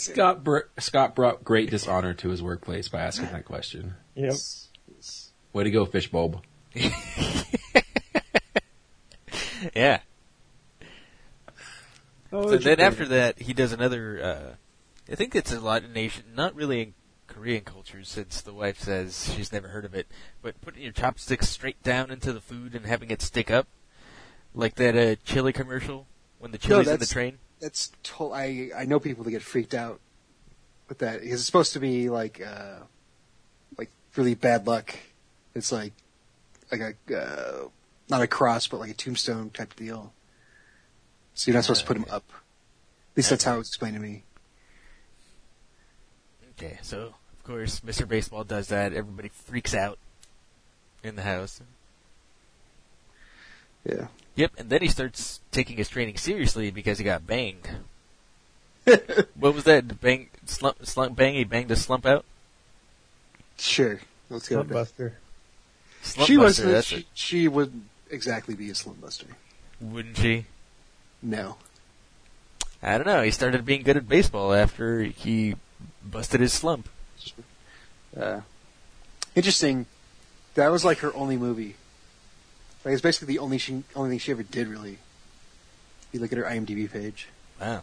[SPEAKER 5] Scott Br- Scott brought great dishonor to his workplace by asking that question.
[SPEAKER 7] Yep.
[SPEAKER 5] Way to go, Fishbulb.
[SPEAKER 6] Yeah.
[SPEAKER 7] Oh,
[SPEAKER 6] So
[SPEAKER 7] it's
[SPEAKER 6] then
[SPEAKER 7] Japan.
[SPEAKER 6] after that, he does another. Uh, I think it's a lot in Asian, not really in Korean culture, since the wife says she's never heard of it. But putting your chopsticks straight down into the food and having it stick up, like that uh, chili commercial when the chili's in the
[SPEAKER 8] that's-
[SPEAKER 6] train.
[SPEAKER 8] That's to- I I know people that get freaked out with that because it's supposed to be like uh like really bad luck. It's like like a uh, not a cross but like a tombstone type deal. So you're not supposed to put them up. At least that's how it was explained to me.
[SPEAKER 6] Okay, so of course Mr. Baseball does that. Everybody freaks out in the house.
[SPEAKER 8] Yeah.
[SPEAKER 6] Yep, and then he starts taking his training seriously because he got banged. what was that? The Bang, slump, slump bang. He banged a slump out.
[SPEAKER 8] Sure. Let's go.
[SPEAKER 7] Slump Buster.
[SPEAKER 6] Slump
[SPEAKER 8] she
[SPEAKER 6] buster,
[SPEAKER 8] wasn't.
[SPEAKER 6] that's
[SPEAKER 8] She,
[SPEAKER 6] it.
[SPEAKER 8] she wouldn't exactly be a slum buster.
[SPEAKER 6] Wouldn't she?
[SPEAKER 8] No.
[SPEAKER 6] I don't know. He started being good at baseball after he busted his slump.
[SPEAKER 8] Uh, interesting. That was like her only movie. Like it's basically the only she, only thing she ever did really. If you look at her IMDb page.
[SPEAKER 6] Wow.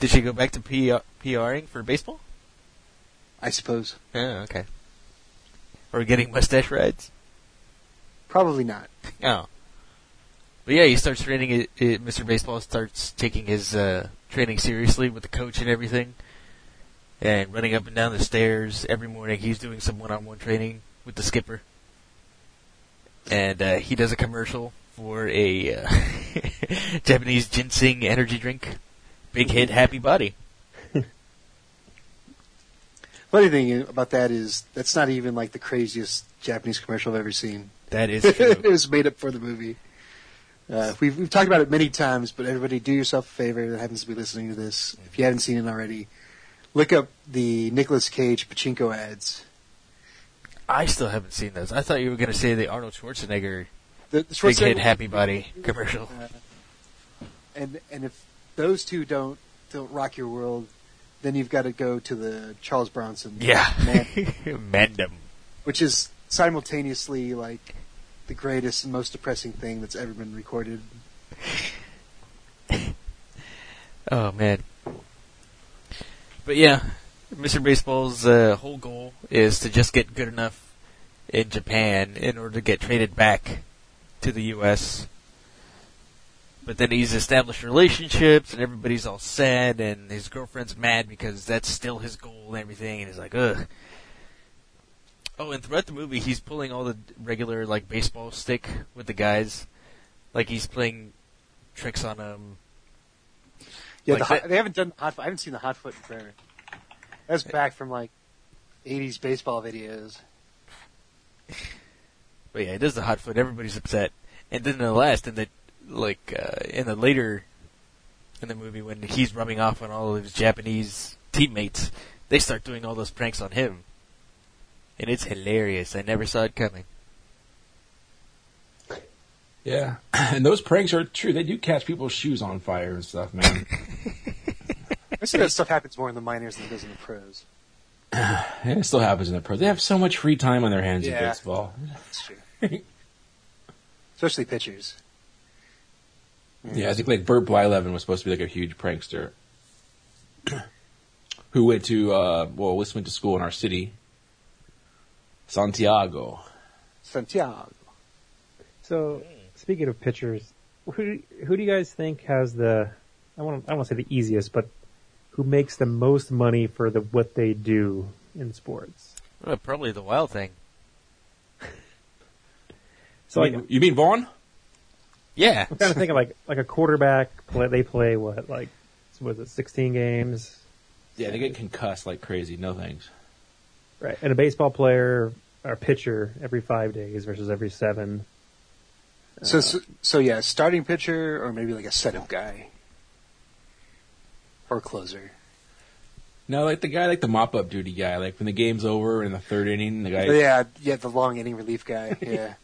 [SPEAKER 6] Did she go back to PR, PRing for baseball?
[SPEAKER 8] I suppose
[SPEAKER 6] Yeah, okay. Or getting mustache rides?
[SPEAKER 8] probably not.
[SPEAKER 6] Oh. But yeah, he starts training. It, it, Mr. Baseball starts taking his uh, training seriously with the coach and everything, and running up and down the stairs every morning. He's doing some one-on-one training with the skipper, and uh, he does a commercial for a uh, Japanese ginseng energy drink. Big hit, happy body.
[SPEAKER 8] Funny thing about that is that's not even like the craziest Japanese commercial I've ever seen.
[SPEAKER 6] That is
[SPEAKER 8] it
[SPEAKER 6] true.
[SPEAKER 8] was made up for the movie. Uh, we've we've talked about it many times, but everybody, do yourself a favor that happens to be listening to this. If you haven't seen it already, look up the Nicolas Cage pachinko ads.
[SPEAKER 6] I still haven't seen those. I thought you were going to say the Arnold Schwarzenegger
[SPEAKER 8] The, the
[SPEAKER 6] big hit,
[SPEAKER 8] Schwarzenegger-
[SPEAKER 6] happy body commercial.
[SPEAKER 8] and and if those two don't don't rock your world, then you've got to go to the Charles Bronson,
[SPEAKER 6] Yeah,
[SPEAKER 8] man,
[SPEAKER 6] Mandem.
[SPEAKER 8] which is simultaneously like the greatest and most depressing thing that's ever been recorded.
[SPEAKER 6] Oh man. But yeah, Mr. Baseball's uh, whole goal is to just get good enough in Japan in order to get traded back to the U.S. But then he's established relationships, and everybody's all sad, and his girlfriend's mad because that's still his goal and everything, and he's like, ugh. Oh, and throughout the movie, he's pulling all the regular like baseball stick with the guys, like he's playing tricks on them.
[SPEAKER 8] Yeah,
[SPEAKER 6] Like
[SPEAKER 8] the hot,
[SPEAKER 6] that-
[SPEAKER 8] they haven't done hot. I haven't seen the hot foot in forever. That's back from like '80s baseball videos.
[SPEAKER 6] But yeah, it does the hot foot. Everybody's upset. And then the last, in the like uh, in the later in the movie when he's rubbing off on all of his Japanese teammates, they start doing all those pranks on him, and it's hilarious. I never saw it coming.
[SPEAKER 5] Yeah, and those pranks are true. They do catch people's shoes on fire and stuff, man.
[SPEAKER 8] I see that stuff happens more in the minors than it does in the pros.
[SPEAKER 5] and it still happens in the pros. They have so much free time on their hands in
[SPEAKER 8] Yeah.
[SPEAKER 5] baseball.
[SPEAKER 8] That's true. Especially pitchers.
[SPEAKER 5] Yeah, I think like Bert Blyleven was supposed to be like a huge prankster who went to uh well, we went to school in our city, Santiago.
[SPEAKER 8] Santiago.
[SPEAKER 7] So speaking of pitchers, who who do you guys think has the I want I want to say the easiest, but who makes the most money for the what they do in sports?
[SPEAKER 6] Well, probably the wild thing.
[SPEAKER 7] So like,
[SPEAKER 5] you, mean, you mean Vaughn?
[SPEAKER 6] Yeah,
[SPEAKER 7] I'm kind of thinking like like a quarterback play, they play what like was it 16 games,
[SPEAKER 5] Yeah, they get concussed like crazy. No thanks.
[SPEAKER 7] right? And a baseball player or pitcher every five days versus every seven.
[SPEAKER 5] Uh-huh.
[SPEAKER 8] So, so, so yeah, starting pitcher or maybe like a setup guy or closer.
[SPEAKER 5] No, like the guy, like the mop-up duty guy, like when the game's over in the third inning, the guy.
[SPEAKER 8] yeah, yeah, the long inning relief guy. Yeah,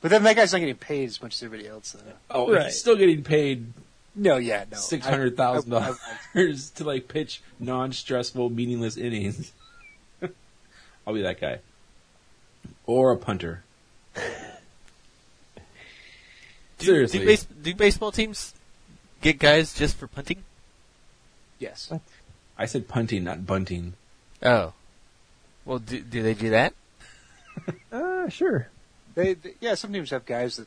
[SPEAKER 8] but then that guy's not getting paid as much as everybody else. Though.
[SPEAKER 5] Oh,
[SPEAKER 7] Right.
[SPEAKER 5] he's still getting paid
[SPEAKER 8] No, yeah, no,
[SPEAKER 5] six hundred thousand
[SPEAKER 8] I- I-
[SPEAKER 5] dollars
[SPEAKER 8] I-
[SPEAKER 5] to like pitch non-stressful, meaningless innings. I'll be that guy, or a punter.
[SPEAKER 6] Do,
[SPEAKER 5] Seriously.
[SPEAKER 6] do, base, do baseball teams get guys just for punting?
[SPEAKER 8] Yes.
[SPEAKER 5] I said punting, not bunting.
[SPEAKER 6] Oh. Well, do, do they do that?
[SPEAKER 7] Uh, sure.
[SPEAKER 8] They, they yeah, some teams have guys that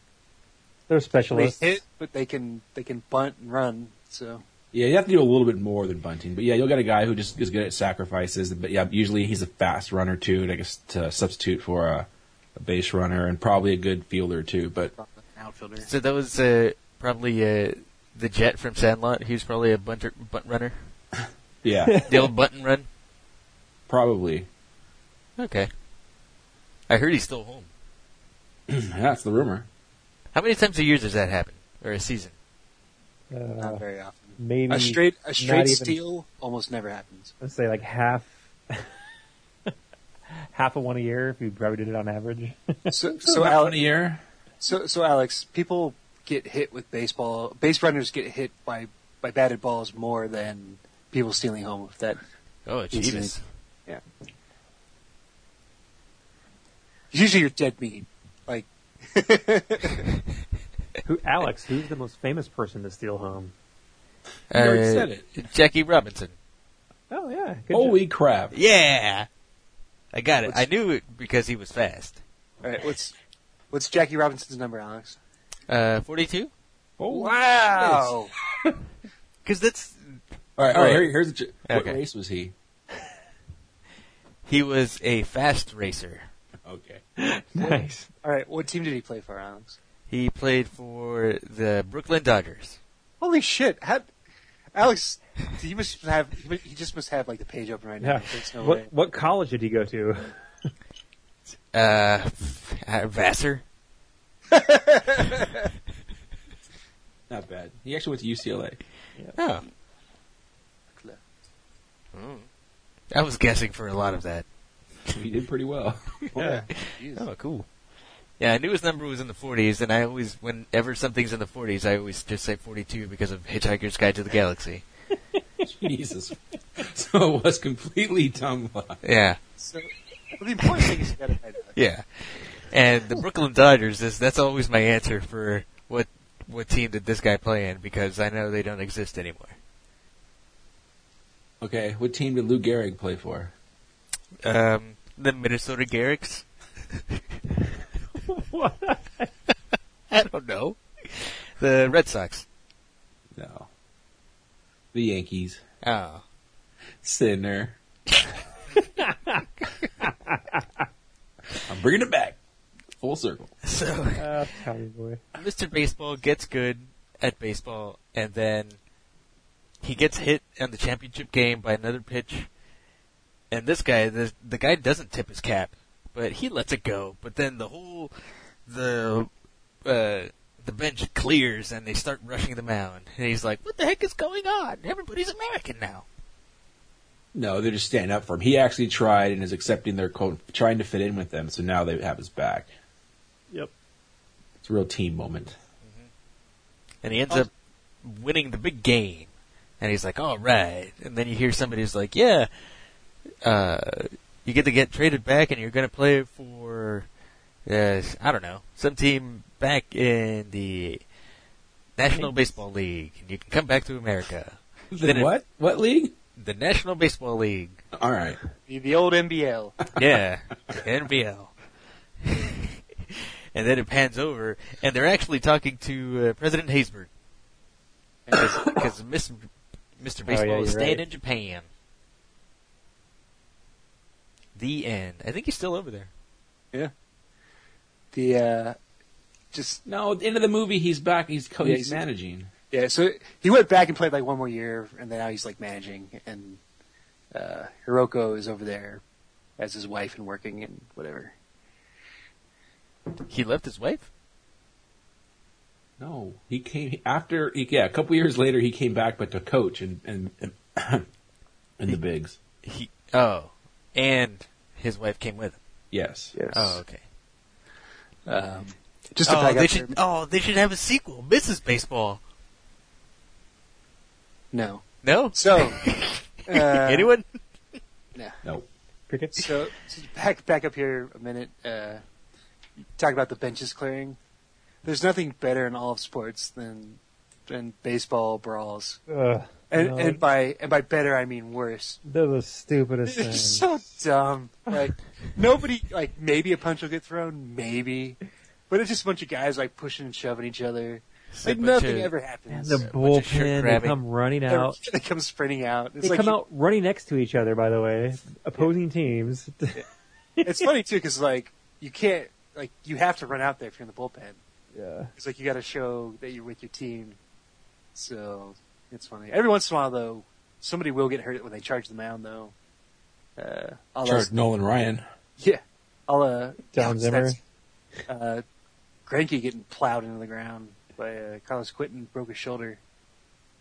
[SPEAKER 7] They're
[SPEAKER 8] they
[SPEAKER 7] specialists.
[SPEAKER 8] hit, but they can they can bunt and run. So
[SPEAKER 5] Yeah, you have to do a little bit more than bunting, but yeah, you'll get a guy who just is good at sacrifices. But yeah, usually he's a fast runner too, to, I guess to substitute for a, a base runner and probably a good fielder too. But
[SPEAKER 8] an outfielder.
[SPEAKER 6] So that was uh, probably uh, the Jet from Sandlot. He was probably a bunter, bunt runner.
[SPEAKER 5] yeah,
[SPEAKER 6] The old bunt and run.
[SPEAKER 5] probably
[SPEAKER 6] Okay. I heard he's still home.
[SPEAKER 5] that's the rumor.
[SPEAKER 6] How many times a year does that happen? Or a season?
[SPEAKER 7] Uh,
[SPEAKER 8] Not very often.
[SPEAKER 7] maybe
[SPEAKER 8] A straight a
[SPEAKER 7] not
[SPEAKER 8] straight
[SPEAKER 7] even-
[SPEAKER 8] steal almost never happens.
[SPEAKER 7] Let's say like half, half of one a year. If you probably did it on average.
[SPEAKER 8] So so
[SPEAKER 5] About
[SPEAKER 8] Alex,
[SPEAKER 5] one a year.
[SPEAKER 8] so so Alex, people get hit with baseball. Base runners get hit by by batted balls more than people stealing home. If that
[SPEAKER 6] Oh, Jesus.
[SPEAKER 8] yeah. Usually you're dead meat. Like
[SPEAKER 7] Who, Alex? Who's the most famous person to steal home?
[SPEAKER 5] You already said it.
[SPEAKER 6] Uh, Jackie Robinson.
[SPEAKER 7] Oh yeah. Good
[SPEAKER 5] Holy crap!
[SPEAKER 6] Yeah. I got it. I knew it because he was fast.
[SPEAKER 8] all right, what's what's Jackie Robinson's number, Alex?
[SPEAKER 6] Uh, 42?
[SPEAKER 5] Oh,
[SPEAKER 8] Wow.
[SPEAKER 6] Because that's,
[SPEAKER 5] All right, all right.
[SPEAKER 6] All right.
[SPEAKER 5] Here, here's the, ch- what
[SPEAKER 6] Okay.
[SPEAKER 5] race was he?
[SPEAKER 6] he was a fast racer.
[SPEAKER 5] Okay,
[SPEAKER 7] job. Nice.
[SPEAKER 8] All right, what team did he play for, Alex?
[SPEAKER 6] He played for the Brooklyn Dodgers.
[SPEAKER 8] Holy shit! How, Alex, he must have. He mu- he just must have like the page open right now.
[SPEAKER 7] Yeah.
[SPEAKER 8] There's no way.
[SPEAKER 7] What what college did he go to?
[SPEAKER 6] Uh, Vassar?
[SPEAKER 5] not bad. He actually went to UCLA.
[SPEAKER 6] Oh. I was guessing for a lot of that.
[SPEAKER 5] He did pretty well.
[SPEAKER 7] Yeah.
[SPEAKER 8] Jeez.
[SPEAKER 6] Oh, cool. Yeah, I knew his number was in the 40s, and I always, whenever something's in the 40s, I always just say 42 because of Hitchhiker's Guide to the Galaxy.
[SPEAKER 5] Jesus. So it was completely dumb luck.
[SPEAKER 6] Yeah,
[SPEAKER 8] So, well, the important thing is you gotta find out.
[SPEAKER 6] yeah. And the Brooklyn Dodgers is that's always my answer for what what team did this guy play in because I know they don't exist anymore.
[SPEAKER 5] Okay, what team did Lou Gehrig play for?
[SPEAKER 6] Um, the Minnesota Garricks.
[SPEAKER 7] What?
[SPEAKER 6] I don't know. The Red Sox.
[SPEAKER 5] No. The Yankees.
[SPEAKER 6] Oh,
[SPEAKER 5] Sinner. I'm bringing it back. Full circle.
[SPEAKER 6] so
[SPEAKER 7] Uh, Tommy boy.
[SPEAKER 6] Mr. Baseball gets good at baseball, and then he gets hit on the championship game by another pitch. And this guy, the the guy doesn't tip his cap, but he lets it go. But then the whole the uh, the bench clears, and they start rushing the mound. And he's like, "What the heck is going on? Everybody's American now."
[SPEAKER 5] No, they're just standing up for him. He actually tried and is accepting their quote, trying to fit in with them, so now they have his back.
[SPEAKER 7] Yep.
[SPEAKER 5] It's a real team moment.
[SPEAKER 6] And he ends up winning the big game. And he's like, all right. And then you hear somebody who's like, yeah, uh, you get to get traded back and you're going to play for, uh, I don't know, some team back in the National Baseball League. And you can come back to America. Then it-
[SPEAKER 5] what? What league?
[SPEAKER 6] The National Baseball League.
[SPEAKER 5] All right.
[SPEAKER 8] The, the old NBL.
[SPEAKER 6] Yeah, NBL. and then it pans over, and they're actually talking to uh, President Haysbert. Because Mr. Mr. Baseball
[SPEAKER 7] Oh, you're
[SPEAKER 6] is staying
[SPEAKER 7] right.
[SPEAKER 6] in Japan. The end. I think he's still over there.
[SPEAKER 8] The uh, just
[SPEAKER 5] No, at the end of the movie, he's back. He's co-
[SPEAKER 8] Yeah,
[SPEAKER 5] he's
[SPEAKER 8] he's-
[SPEAKER 5] managing.
[SPEAKER 8] yeah. So he went back and played like one more year, and then now he's like managing. And uh, Hiroko is over there as his wife and working and whatever.
[SPEAKER 6] He left his wife?
[SPEAKER 5] No, he came after. He, yeah, a couple years later, he came back, but to coach and and and, the bigs.
[SPEAKER 6] He. Oh. And his wife came with him.
[SPEAKER 5] Yes.
[SPEAKER 8] Yes.
[SPEAKER 6] Oh, okay.
[SPEAKER 8] Um, just to
[SPEAKER 6] Oh
[SPEAKER 8] back
[SPEAKER 6] they,
[SPEAKER 8] up.
[SPEAKER 6] should,
[SPEAKER 8] for-
[SPEAKER 6] oh, they should have a sequel. Mrs. Baseball.
[SPEAKER 8] No.
[SPEAKER 6] No?
[SPEAKER 8] So. Uh,
[SPEAKER 6] Anyone?
[SPEAKER 8] No.
[SPEAKER 5] No.
[SPEAKER 7] Crickets.
[SPEAKER 8] So, so back back up here a minute. Uh, talk about the benches clearing. There's nothing better in all of sports than than baseball brawls,
[SPEAKER 7] Ugh,
[SPEAKER 8] and
[SPEAKER 7] no,
[SPEAKER 8] and by and by better I mean worse.
[SPEAKER 7] they're the stupidest
[SPEAKER 8] It's
[SPEAKER 7] things.
[SPEAKER 8] so dumb. Like nobody, like maybe a punch will get thrown, maybe, but it's just a bunch of guys like pushing and shoving each other. Like
[SPEAKER 6] Sigma
[SPEAKER 8] nothing
[SPEAKER 6] two.
[SPEAKER 8] ever happens.
[SPEAKER 7] the
[SPEAKER 6] bunch of shirt
[SPEAKER 7] bullpen, they
[SPEAKER 6] grabbing.
[SPEAKER 7] come running
[SPEAKER 8] Every-
[SPEAKER 7] out.
[SPEAKER 8] they come sprinting out. It's
[SPEAKER 7] They
[SPEAKER 8] like
[SPEAKER 7] come
[SPEAKER 8] you-
[SPEAKER 7] out running next to each other. By the way, opposing teams.
[SPEAKER 8] It's funny too because like you can't like you have to run out there if you're in the bullpen.
[SPEAKER 7] yeah.
[SPEAKER 8] It's like you got to show that you're with your team. So it's funny. Every once in a while, though, somebody will get hurt when they charge the mound, though. Uh, I'll
[SPEAKER 5] Charge Nolan Ryan.
[SPEAKER 8] yeah, I'll uh,
[SPEAKER 7] John
[SPEAKER 8] yeah,
[SPEAKER 7] Zimmer.
[SPEAKER 8] that's, uh, Greinke getting plowed into the ground by uh, Carlos Quinton broke his shoulder.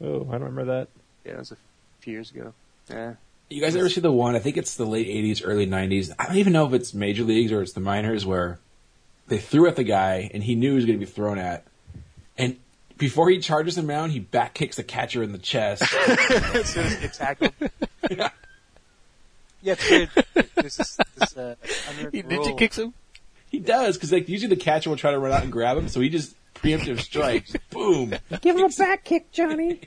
[SPEAKER 7] Oh, I don't remember that.
[SPEAKER 8] Yeah, that was a few years ago. Yeah,
[SPEAKER 5] You guys ever see the one? I think it's the late '80s, early '90s. I don't even know if it's major leagues or it's the minors, where they threw at the guy and he knew he was going to be thrown at, and before he charges the mound, he back kicks the catcher in the chest.
[SPEAKER 8] as soon as you get tackled. yeah, it's weird. There's this, this, uh, unwritten
[SPEAKER 6] Did you
[SPEAKER 8] rule.
[SPEAKER 6] kick him?
[SPEAKER 5] he does because like usually the catcher will try to run out and grab him, so he just preemptive strikes. Boom!
[SPEAKER 7] Give him a back kick, Johnny.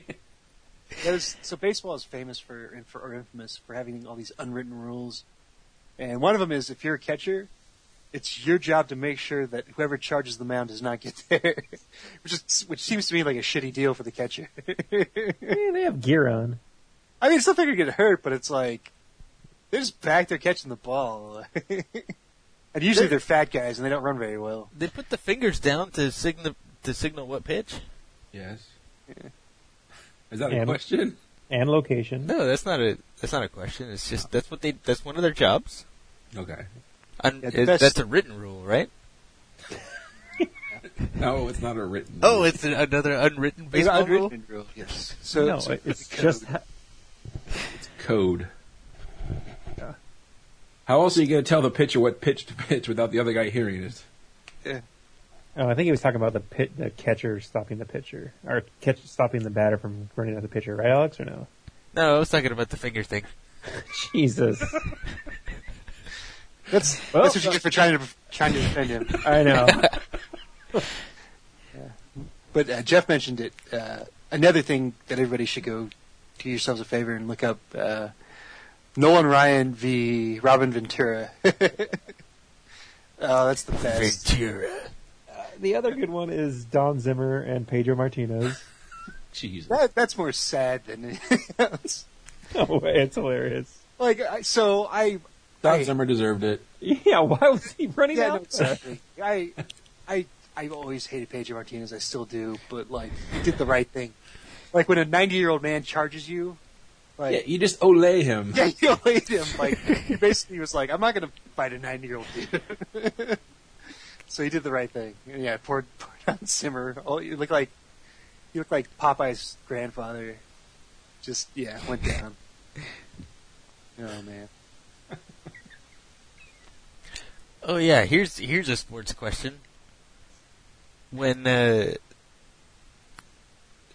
[SPEAKER 8] There's, so baseball is famous for, and for or infamous for having all these unwritten rules, and one of them is if you're a catcher, it's your job to make sure that whoever charges the mound does not get there, which is which seems to me like a shitty deal for the catcher.
[SPEAKER 7] Eh, they have gear on.
[SPEAKER 8] I mean, it's not like you get hurt, but it's like they're just back there catching the ball, and usually they're fat guys and they don't run very well.
[SPEAKER 6] They put the fingers down to signal to signal what pitch?
[SPEAKER 5] Yes. Is that a
[SPEAKER 7] Yeah.
[SPEAKER 5] question?
[SPEAKER 7] And location.
[SPEAKER 6] No, that's not a that's not a question. It's just that's what they that's one of their jobs.
[SPEAKER 5] Okay.
[SPEAKER 6] Un-
[SPEAKER 8] Yeah, the
[SPEAKER 6] it-
[SPEAKER 8] best-
[SPEAKER 6] that's a written rule, right?
[SPEAKER 5] No, it's not a written.
[SPEAKER 6] Oh, it's an, another unwritten
[SPEAKER 8] It's
[SPEAKER 6] baseball rule.
[SPEAKER 8] unwritten rule, yes. So,
[SPEAKER 7] no,
[SPEAKER 8] so
[SPEAKER 7] it's just ha-
[SPEAKER 5] code. How else are you going to tell the pitcher what pitch to pitch without the other guy hearing it?
[SPEAKER 7] Oh, I think he was talking about the pit, the catcher stopping the pitcher, or catch stopping the batter from running at the pitcher, right, Alex? Or no?
[SPEAKER 6] No, I was talking about the finger thing.
[SPEAKER 7] Jesus,
[SPEAKER 8] that's
[SPEAKER 7] Well,
[SPEAKER 8] that's what you get for trying to trying to defend him.
[SPEAKER 7] I know.
[SPEAKER 8] But uh, Jeff mentioned it. Uh, another thing that everybody should go do yourselves a favor and look up uh, Nolan Ryan v. Robin Ventura. oh, that's the best.
[SPEAKER 6] Ventura.
[SPEAKER 7] the other good one is Don Zimmer and Pedro Martinez.
[SPEAKER 5] Jesus.
[SPEAKER 8] That, that's more sad than anything else.
[SPEAKER 7] No way, it's hilarious.
[SPEAKER 8] Like, I, so I.
[SPEAKER 5] Don
[SPEAKER 8] I-
[SPEAKER 5] Zimmer deserved it.
[SPEAKER 7] Yeah, why was he running
[SPEAKER 8] Yeah, no,
[SPEAKER 7] out?
[SPEAKER 8] exactly. I, I, I've always hated Pedro Martinez. I still do. But, like, he did the right thing. Like, when a 90 year old man charges you, like,
[SPEAKER 5] Yeah, you just olay him.
[SPEAKER 8] Yeah, you laid him. Like he basically was like, "I'm not going to fight a nine year old dude." so he did the right thing. And yeah, poor, poor Don Zimmer. Oh, you look like you look like Popeye's grandfather. Just yeah, went down. oh man,
[SPEAKER 6] Oh yeah, here's here's a sports question. When uh,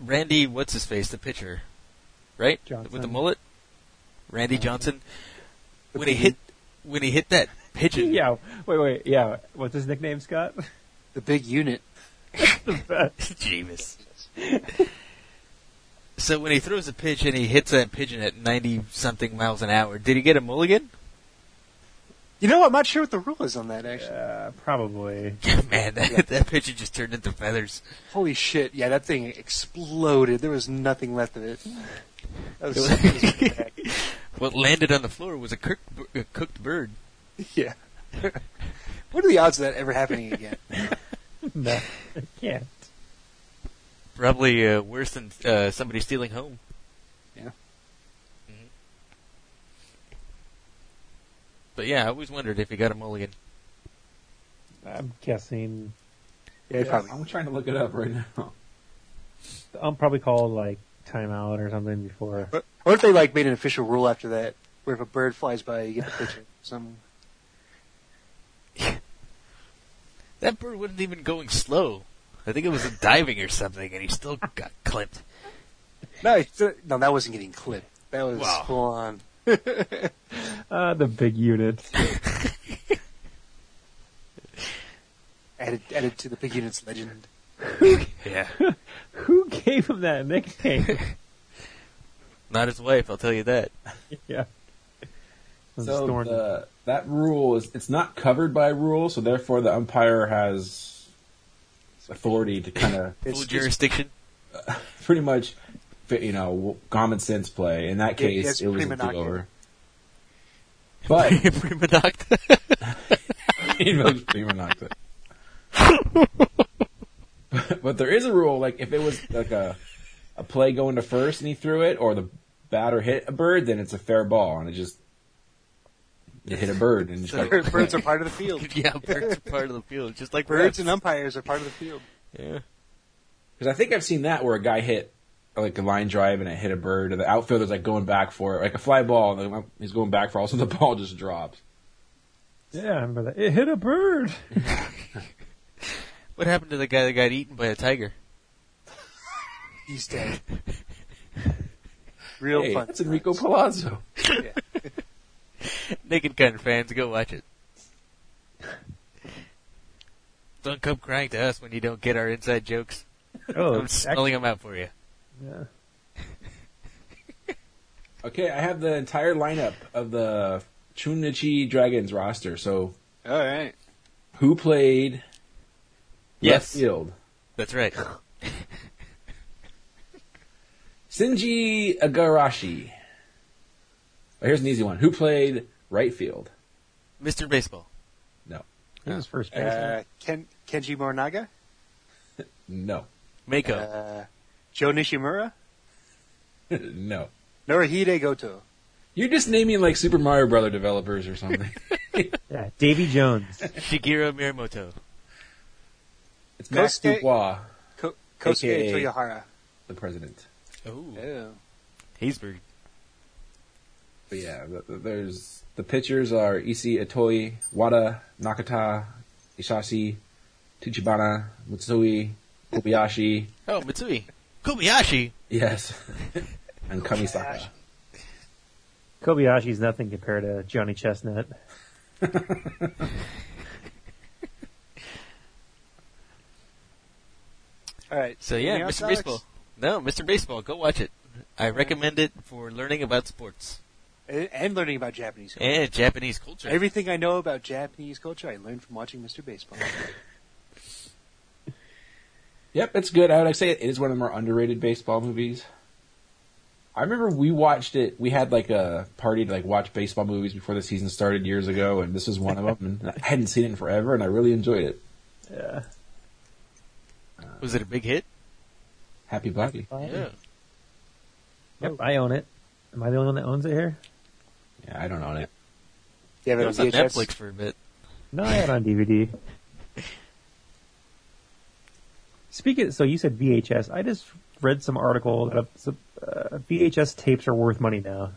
[SPEAKER 6] Randy, what's his face, the pitcher, right, with the
[SPEAKER 7] Johnson.
[SPEAKER 6] mullet, Randy Johnson, when he hit when he hit that pigeon,
[SPEAKER 7] yeah, wait, wait, yeah. What's his nickname, Scott?
[SPEAKER 8] the big unit.
[SPEAKER 6] Jeebus. so when he throws a pitch and he hits that pigeon at ninety something miles an hour, did he get a mulligan?
[SPEAKER 8] You know, I'm not sure what the rule is on that. Actually,
[SPEAKER 7] Uh, probably.
[SPEAKER 6] Man, that, that pigeon just turned into feathers.
[SPEAKER 8] holy shit! Yeah, that thing exploded. There was nothing left of it. That was,
[SPEAKER 6] What landed on the floor was a cooked, a cooked bird.
[SPEAKER 8] yeah. what are the odds of that ever happening again?
[SPEAKER 7] No, I can't.
[SPEAKER 6] Probably uh, worse than uh, somebody stealing home.
[SPEAKER 8] Yeah.
[SPEAKER 6] Mhm. But yeah, I always wondered if he got a mulligan.
[SPEAKER 7] I'm guessing
[SPEAKER 8] Yeah, probably.
[SPEAKER 5] I'm trying to look it up right now.
[SPEAKER 7] I'm probably called like timeout or something before.
[SPEAKER 8] But what if they like made an official rule after that, where if a bird flies by, you get the picture? Some
[SPEAKER 6] That bird wasn't even going slow. I think it was diving or something, and he still got clipped.
[SPEAKER 8] no, it's- no, that wasn't getting clipped. That was
[SPEAKER 6] Wow.
[SPEAKER 8] full on.
[SPEAKER 7] Uh, the big unit.
[SPEAKER 8] added added to the big unit's legend.
[SPEAKER 6] Yeah.
[SPEAKER 7] Who gave him that nickname?
[SPEAKER 6] Not his wife, I'll tell you that.
[SPEAKER 7] yeah. This is
[SPEAKER 5] So
[SPEAKER 7] Thornton.
[SPEAKER 5] the, that rule is it's not covered by rule, so therefore the umpire has authority to kind of
[SPEAKER 6] Full jurisdiction.
[SPEAKER 5] pretty much, you know, common sense play. In that
[SPEAKER 8] Yeah,
[SPEAKER 5] case,
[SPEAKER 8] yes,
[SPEAKER 5] it was a
[SPEAKER 8] prima nocta.
[SPEAKER 5] do-over. But
[SPEAKER 6] Prima nocta.
[SPEAKER 5] It was prima nocta. but there is a rule, like if it was like a a play going to first and he threw it, or the batter hit a bird, then it's a fair ball, and it just it hit a bird and just got-
[SPEAKER 8] Birds are part of the field.
[SPEAKER 6] yeah, birds are part of the field, just like
[SPEAKER 8] Birds
[SPEAKER 6] birds.
[SPEAKER 8] and umpires are part of the field.
[SPEAKER 6] yeah.
[SPEAKER 5] Because I think I've seen that where a guy hit like a line drive and it hit a bird, or the outfielder's like going back for it, like a fly ball, and the- he's going back for it, also the ball just drops.
[SPEAKER 7] yeah, I remember that. It hit a bird.
[SPEAKER 6] What happened to the guy that got eaten by a tiger?
[SPEAKER 8] He's dead. Real
[SPEAKER 5] hey,
[SPEAKER 8] fun.
[SPEAKER 5] that's Enrico Palazzo.
[SPEAKER 6] Naked Gun fans, go watch it. Don't come crying to us when you don't get our inside jokes.
[SPEAKER 7] Oh,
[SPEAKER 6] I'm
[SPEAKER 7] it's
[SPEAKER 6] spelling them out for you.
[SPEAKER 7] act- yeah.
[SPEAKER 5] Okay, I have the entire lineup of the Chunichi Dragons roster. So
[SPEAKER 8] All right.
[SPEAKER 5] who played left
[SPEAKER 6] Yes.
[SPEAKER 5] field?
[SPEAKER 6] That's right.
[SPEAKER 5] Sinji Agarashi. Oh, here's an easy one. Who played right field?
[SPEAKER 6] Mr. Baseball.
[SPEAKER 5] No.
[SPEAKER 7] This is first base.
[SPEAKER 8] Uh, Ken, Kenji Morinaga,
[SPEAKER 5] No.
[SPEAKER 6] Mako.
[SPEAKER 8] uh, Joe Nishimura,
[SPEAKER 5] no.
[SPEAKER 8] Norihide Goto.
[SPEAKER 5] You're just naming like Super Mario Brother developers or something.
[SPEAKER 7] yeah, Davy Jones.
[SPEAKER 6] Shigeru Miyamoto.
[SPEAKER 5] it's Max
[SPEAKER 8] Kosuke-
[SPEAKER 5] Dubois,
[SPEAKER 8] Ko- Kosuke
[SPEAKER 5] AKA.
[SPEAKER 8] Toyohara.
[SPEAKER 5] the president.
[SPEAKER 6] Oh.
[SPEAKER 8] Oh.
[SPEAKER 6] Haysburg.
[SPEAKER 5] But yeah, th- th- there's the pitchers are Issey Itoi, Wada, Nakata, Ishashi, Tuchibana, Mutsui, Kobayashi,
[SPEAKER 6] Oh, Mitsui. Kobayashi.
[SPEAKER 5] yes, and Kamisaka.
[SPEAKER 7] Kobayashi's nothing compared to Johnny Chestnut.
[SPEAKER 8] All right.
[SPEAKER 6] So yeah,
[SPEAKER 8] Anything else,
[SPEAKER 6] Mr.
[SPEAKER 8] Alex?
[SPEAKER 6] Baseball. No, Mr. Baseball. Go watch it. I recommend it for learning about sports
[SPEAKER 8] And, and learning about Japanese culture.
[SPEAKER 6] and Japanese culture.
[SPEAKER 8] Everything I know about Japanese culture, I learned from watching Mr. Baseball.
[SPEAKER 5] Yep, it's good. I would say it is one of the more underrated baseball movies. I remember we watched it. We had like a party to like watch baseball movies before the season started years ago, and this was one of them. And I hadn't seen it in forever, and I really enjoyed it.
[SPEAKER 7] Yeah.
[SPEAKER 6] Was it a big hit?
[SPEAKER 5] Happy Bucky.
[SPEAKER 6] Yeah.
[SPEAKER 7] Yep, I own it. Am I the only one that owns it here?
[SPEAKER 5] Yeah, I don't own it.
[SPEAKER 8] You have
[SPEAKER 6] It
[SPEAKER 8] it on
[SPEAKER 6] was on
[SPEAKER 8] VHS?
[SPEAKER 6] Netflix for a bit.
[SPEAKER 7] No, I had it on DVD. Speaking, so you said VHS. I just read some article that uh, VHS tapes are worth money now.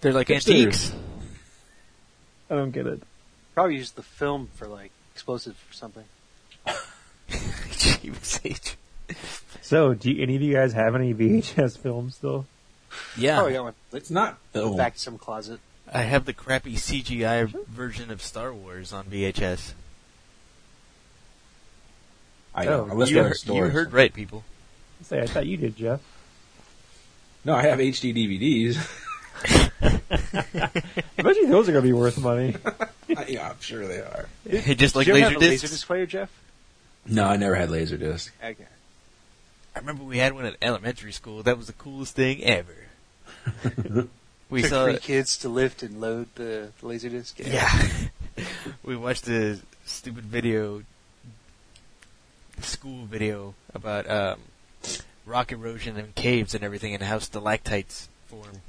[SPEAKER 6] They're like
[SPEAKER 5] Hipsters.
[SPEAKER 6] antiques.
[SPEAKER 7] I don't get it.
[SPEAKER 8] Probably used the film for like explosive or something.
[SPEAKER 6] Jeeves H.
[SPEAKER 7] So, do you, any of you guys have any VHS films still?
[SPEAKER 6] yeah.
[SPEAKER 8] Oh, I got one.
[SPEAKER 5] It's not
[SPEAKER 8] Go
[SPEAKER 5] film.
[SPEAKER 8] Back to some closet.
[SPEAKER 6] I have the crappy CGI version of Star Wars on VHS.
[SPEAKER 5] I know.
[SPEAKER 7] Oh,
[SPEAKER 5] Unless
[SPEAKER 6] you,
[SPEAKER 5] they're
[SPEAKER 6] heard,
[SPEAKER 5] stores.
[SPEAKER 6] you heard right, people.
[SPEAKER 7] Say, I thought you did, Jeff.
[SPEAKER 5] No, I have HD DVDs.
[SPEAKER 7] I bet you those are going to be worth money.
[SPEAKER 5] yeah, I'm sure they are.
[SPEAKER 6] Just like
[SPEAKER 8] Did you ever have a
[SPEAKER 6] Laserdisc.
[SPEAKER 8] laser displayer, Jeff?
[SPEAKER 5] No, I never had Laserdisc.
[SPEAKER 8] Okay.
[SPEAKER 6] I remember we had one at elementary school. That was the coolest thing ever. we
[SPEAKER 8] Took
[SPEAKER 6] saw
[SPEAKER 8] three kids to lift and load the, the laser disc.
[SPEAKER 6] Yeah. we watched a stupid video, school video about um, rock erosion and caves and everything and how stalactites form.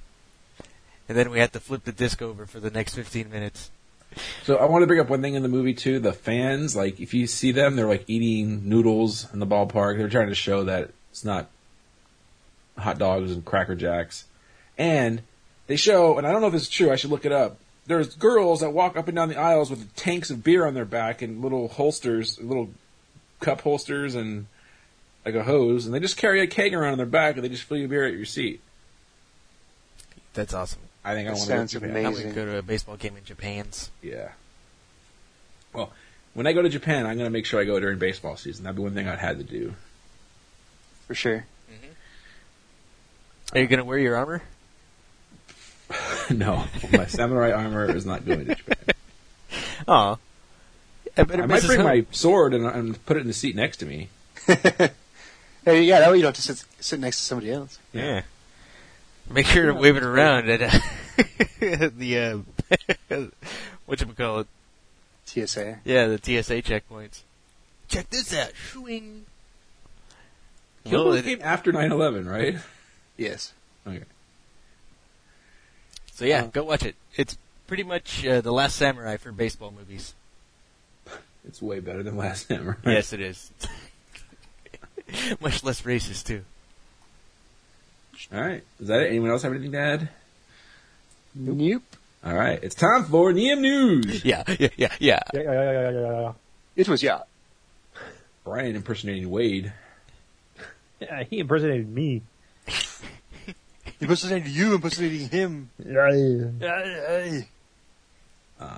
[SPEAKER 6] And then we had to flip the disc over for the next 15 minutes.
[SPEAKER 5] So I want to bring up one thing in the movie too. The fans, like, if you see them, they're like eating noodles in the ballpark. They're trying to show that it's not hot dogs and cracker jacks. And they show, and I don't know if it's true. I should look it up. There's girls that walk up and down the aisles with tanks of beer on their back and little holsters, little cup holsters, and like a hose, and they just carry a keg around on their back and they just fill you beer at your seat.
[SPEAKER 6] That's awesome.
[SPEAKER 5] I think I
[SPEAKER 8] That
[SPEAKER 5] want to
[SPEAKER 8] sounds
[SPEAKER 5] go to Japan.
[SPEAKER 8] amazing.
[SPEAKER 6] I'm going to go to a baseball game in Japan's.
[SPEAKER 5] Yeah. Well, When I go to Japan, I'm going to make sure I go during baseball season. That'd be one thing I'd had to do.
[SPEAKER 8] for sure.
[SPEAKER 6] Are you gonna wear your armor?
[SPEAKER 5] no, my samurai armor is not going to Japan.
[SPEAKER 6] Aw. I better
[SPEAKER 5] I
[SPEAKER 6] miss
[SPEAKER 5] might
[SPEAKER 6] his
[SPEAKER 5] bring
[SPEAKER 6] home.
[SPEAKER 5] my sword and, and put it in the seat next to me.
[SPEAKER 8] Hey, yeah, that way you don't have to sit, sit next to somebody else.
[SPEAKER 6] yeah. Make sure to wave it around at uh, the uh, what you call it?
[SPEAKER 8] TSA.
[SPEAKER 6] Yeah, the TSA checkpoints. Check this out. Shooing.
[SPEAKER 5] Kill Bill
[SPEAKER 6] Well, it-
[SPEAKER 5] came after 9/11, right?
[SPEAKER 8] Yes.
[SPEAKER 5] Okay.
[SPEAKER 6] So yeah, go watch it. It's pretty much uh, the Last Samurai for baseball movies.
[SPEAKER 5] It's way better than Last Samurai.
[SPEAKER 6] Yes, it is. Much less racist too.
[SPEAKER 5] All right. Is that it? Anyone else have anything to add?
[SPEAKER 8] Nope.
[SPEAKER 5] All right. It's time for Neum News.
[SPEAKER 6] Yeah, yeah, yeah, yeah.
[SPEAKER 7] Yeah, yeah, yeah, yeah, yeah, yeah, yeah.
[SPEAKER 8] It was yeah.
[SPEAKER 5] Brian impersonating Wade.
[SPEAKER 7] Yeah, he impersonated me.
[SPEAKER 8] Impersonating you, impersonating him.
[SPEAKER 7] Yeah, yeah.
[SPEAKER 5] Uh,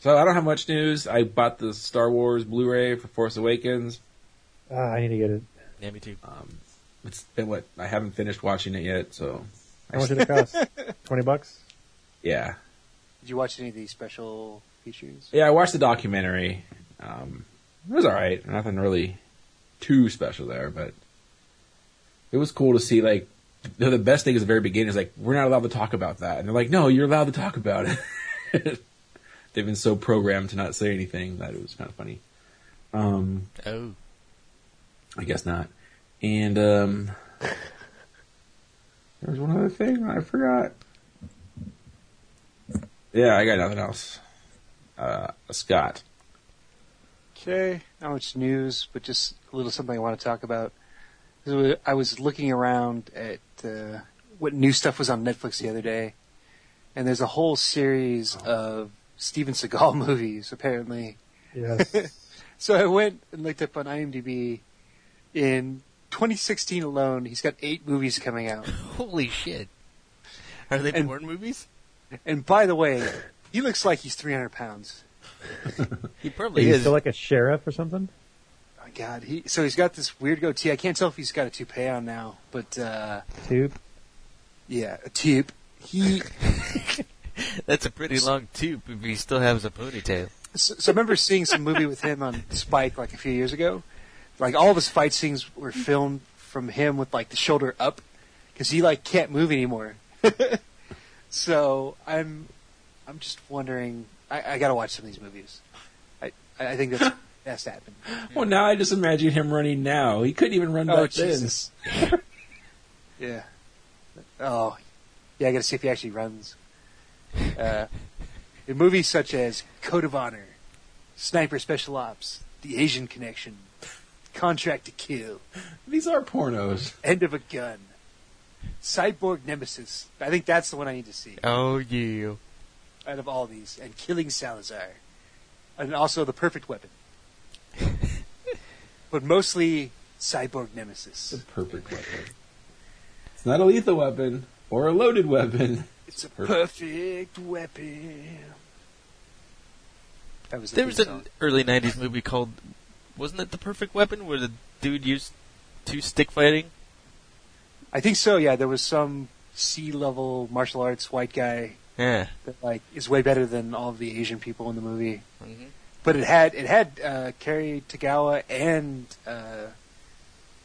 [SPEAKER 5] So I don't have much news. I bought the Star Wars Blu-ray for Force Awakens.
[SPEAKER 7] Ah, I need to get it.
[SPEAKER 6] Yeah, me too.
[SPEAKER 5] Um, It's been what I haven't finished watching it yet. So
[SPEAKER 7] How much did it cost? Twenty bucks.
[SPEAKER 5] yeah,
[SPEAKER 8] Did you watch any of these special features?
[SPEAKER 5] yeah. I watched the documentary. Um, it was all right. Nothing really too special there, but it was cool to see. Like the, the best thing is the very beginning is like we're not allowed to talk about that, and they're like, no, you're allowed to talk about it. They've been so programmed to not say anything that it was kind of funny. Um,
[SPEAKER 6] Oh,
[SPEAKER 5] I guess not. And um there was one other thing I forgot. Yeah, I got nothing else. Uh, Scott.
[SPEAKER 8] Okay. Not much news, but just a little something I want to talk about. So, uh, I was looking around at uh, what new stuff was on Netflix the other day, and there's a whole series of Steven Seagal movies, apparently.
[SPEAKER 7] Yes.
[SPEAKER 8] So I went and looked up on IMDb. In 2016 alone, he's got eight movies coming out.
[SPEAKER 6] holy shit! Are they
[SPEAKER 8] And-
[SPEAKER 6] porn movies?
[SPEAKER 8] And by the way, he looks like he's 300 pounds.
[SPEAKER 6] He
[SPEAKER 7] Is
[SPEAKER 6] probably
[SPEAKER 7] he
[SPEAKER 6] is.
[SPEAKER 7] still like a sheriff or something?
[SPEAKER 8] Oh my God, he so he's got this weird goatee. I can't tell if he's got a toupee on now, but uh,
[SPEAKER 7] Tube.
[SPEAKER 8] yeah, a tube. He
[SPEAKER 6] That's a pretty long tube if he still has a ponytail.
[SPEAKER 8] so, so I remember seeing some movie with him on Spike like a few years ago. Like all of his fight scenes were filmed from him with like the shoulder up because he like can't move anymore. so I'm I'm just wondering. I, I got to watch some of these movies. I I think that's that's happened.
[SPEAKER 5] Well, now I just imagine him running now. He couldn't even run
[SPEAKER 8] Oh
[SPEAKER 5] back then.
[SPEAKER 8] Jesus! yeah. Oh, yeah. I got to see if he actually runs. Uh, in movies such as Code of Honor, Sniper Special Ops, The Asian Connection, Contract to Kill,
[SPEAKER 5] These are pornos.
[SPEAKER 8] End of a Gun, Cyborg Nemesis. I think that's the one I need to see
[SPEAKER 6] Oh yeah.
[SPEAKER 8] out of all these, and Killing Salazar, and also The Perfect Weapon. but mostly Cyborg Nemesis.
[SPEAKER 5] It's a perfect weapon. It's not a lethal weapon or a loaded weapon.
[SPEAKER 8] It's a
[SPEAKER 5] Perfect.
[SPEAKER 8] perfect weapon. That was the
[SPEAKER 6] There
[SPEAKER 8] theme
[SPEAKER 6] was an
[SPEAKER 8] song.
[SPEAKER 6] early '90s movie called, wasn't it The Perfect Weapon, where the dude used two stick fighting?
[SPEAKER 8] I think so. Yeah, there was some sea level martial arts white guy
[SPEAKER 6] Yeah.
[SPEAKER 8] that like is way better than all of the Asian people in the movie.
[SPEAKER 6] Mm-hmm.
[SPEAKER 8] But it had it had uh, Kerry Tagawa and uh,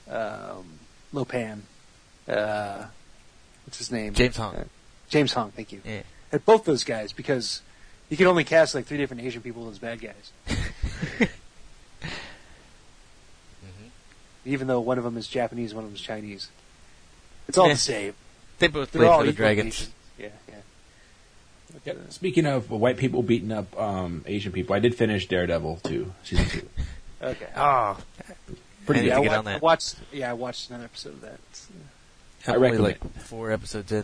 [SPEAKER 8] um, Lopan. Uh, what's his name?
[SPEAKER 6] James Hong.
[SPEAKER 8] Uh, James Hong. Thank you.
[SPEAKER 6] Yeah.
[SPEAKER 8] Had both those guys because you could only cast like three different Asian people as bad guys.
[SPEAKER 6] Mm-hmm.
[SPEAKER 8] even though one of them is Japanese, one of them is Chinese. It's all
[SPEAKER 6] Yeah.
[SPEAKER 8] the same.
[SPEAKER 6] They both
[SPEAKER 8] They're
[SPEAKER 6] played
[SPEAKER 8] all
[SPEAKER 6] for the
[SPEAKER 8] equal
[SPEAKER 6] Dragons.
[SPEAKER 8] Asian. Yeah, yeah.
[SPEAKER 5] Speaking of white people beating up um, Asian people, I did finish Daredevil too, season two.
[SPEAKER 8] Okay.
[SPEAKER 6] Oh,
[SPEAKER 5] Pretty
[SPEAKER 6] I
[SPEAKER 5] good.
[SPEAKER 6] need
[SPEAKER 8] yeah,
[SPEAKER 6] to
[SPEAKER 8] I
[SPEAKER 6] get
[SPEAKER 8] wa-
[SPEAKER 6] on that.
[SPEAKER 8] I watched. Yeah, I watched another episode of that.
[SPEAKER 5] I
[SPEAKER 6] I'm only
[SPEAKER 5] recommend.
[SPEAKER 6] like four episodes in.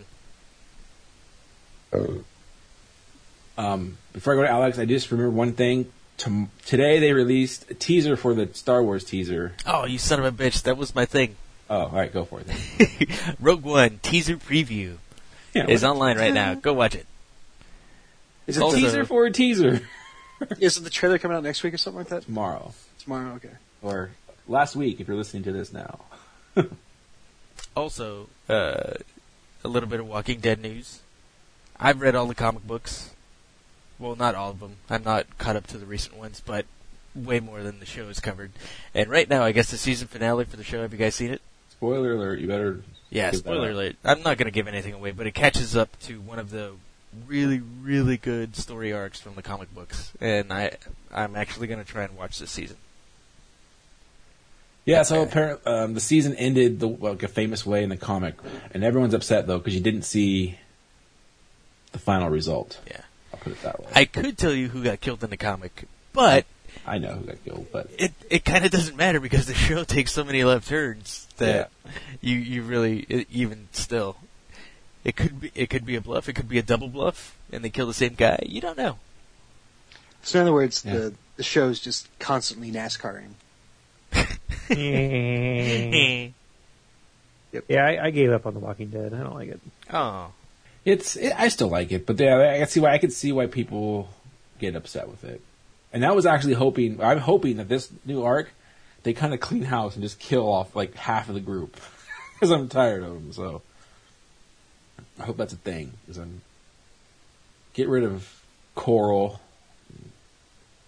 [SPEAKER 5] Um, before I go to Alex, I just remember one thing. Tom today they released a teaser for the Star Wars teaser.
[SPEAKER 6] Oh, you son of a bitch! That was my thing.
[SPEAKER 5] Oh, all right, go for it. then.
[SPEAKER 6] Rogue One teaser preview
[SPEAKER 5] Yeah,
[SPEAKER 6] is
[SPEAKER 5] what-
[SPEAKER 6] online right now. Go watch it.
[SPEAKER 8] Is
[SPEAKER 5] a
[SPEAKER 6] Also-
[SPEAKER 5] teaser for a teaser.
[SPEAKER 8] Isn't the trailer coming out next week or something like that?
[SPEAKER 5] tomorrow
[SPEAKER 8] Tomorrow, okay.
[SPEAKER 5] or last week if you're listening to this now.
[SPEAKER 6] Also, uh, a little bit of Walking Dead news. I've read all the comic books. Well, not all of them. I'm not caught up to the recent ones, but way more than the show has covered. And right now, I guess the season finale for the show. Have you guys seen it?
[SPEAKER 5] Spoiler alert! You better
[SPEAKER 6] Yeah,
[SPEAKER 5] Give that
[SPEAKER 6] spoiler
[SPEAKER 5] up.
[SPEAKER 6] alert. I'm not going to give anything away, but it catches up to one of the really, really good story arcs from the comic books, and I, I'm actually going to try and watch this season.
[SPEAKER 5] Yeah, so apparent, um, the season ended the, like a famous way in the comic, and everyone's upset though because you didn't see the final result.
[SPEAKER 6] Yeah,
[SPEAKER 5] I'll put it that way.
[SPEAKER 6] I could tell you who got killed in the comic, but
[SPEAKER 5] I know who got killed, but
[SPEAKER 6] it it kind of doesn't matter because the show takes so many left turns that you you really it, even still, it could be it could be a bluff, it could be a double bluff, and they kill the same guy. You don't know.
[SPEAKER 8] So in other words,
[SPEAKER 5] Yeah.
[SPEAKER 8] the the show's just constantly NASCARing.
[SPEAKER 7] yeah, I, I gave up on The Walking Dead. I don't like it.
[SPEAKER 6] oh,
[SPEAKER 5] it's it, I still like it. But yeah, I can see why I can see why people get upset with it. And I was actually hoping I'm hoping that this new arc they kind of clean house and just kill off like half of the group because I'm tired of them. So I hope that's a thing. Is I'm get rid of Coral.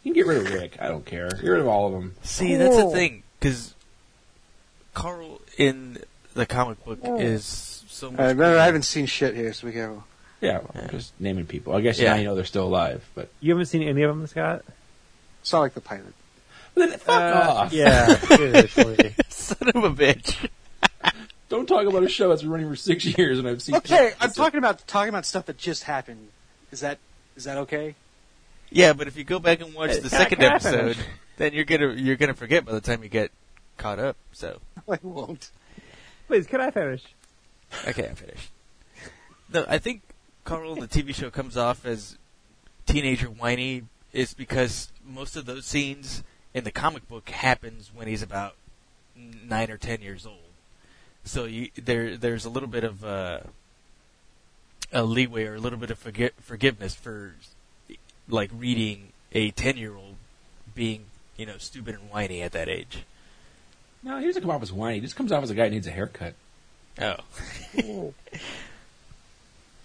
[SPEAKER 5] You can get rid of Rick. I don't care. Get rid of all of them.
[SPEAKER 6] See, that's the thing, because Carl in the comic book is so much.
[SPEAKER 8] All right, remember, I haven't seen shit here, so be careful.
[SPEAKER 5] Yeah, well, I'm just naming people. I guess
[SPEAKER 6] Yeah.
[SPEAKER 5] now you know they're still alive. But,
[SPEAKER 7] You haven't seen any of them, Scott?
[SPEAKER 8] Saw like the pilot.
[SPEAKER 5] but then, fuck
[SPEAKER 7] Uh, Ah.
[SPEAKER 5] off.
[SPEAKER 7] Yeah, seriously.
[SPEAKER 6] son of a bitch.
[SPEAKER 5] Don't talk about a show that's been running for six years and I've seen.
[SPEAKER 8] Okay, I'm talking about talking about stuff that just happened. Is that is that okay?
[SPEAKER 6] Yeah, but if you go back and watch the
[SPEAKER 7] It
[SPEAKER 6] second
[SPEAKER 7] happened.
[SPEAKER 6] episode, then you're gonna you're gonna forget by the time you get caught up. So
[SPEAKER 8] I won't.
[SPEAKER 7] Please, can I finish?
[SPEAKER 6] okay, I'm finished. No, I think Carl in the TV show comes off as teenager whiny is because most of those scenes in the comic book happens when he's about nine or ten years old. So you, there, there's a little bit of uh, a leeway or a little bit of forgi- forgiveness for like reading a ten-year-old being, you know, stupid and whiny at that age.
[SPEAKER 5] No, he doesn't come off as whiny. He just comes off as a guy who needs a haircut.
[SPEAKER 6] Oh.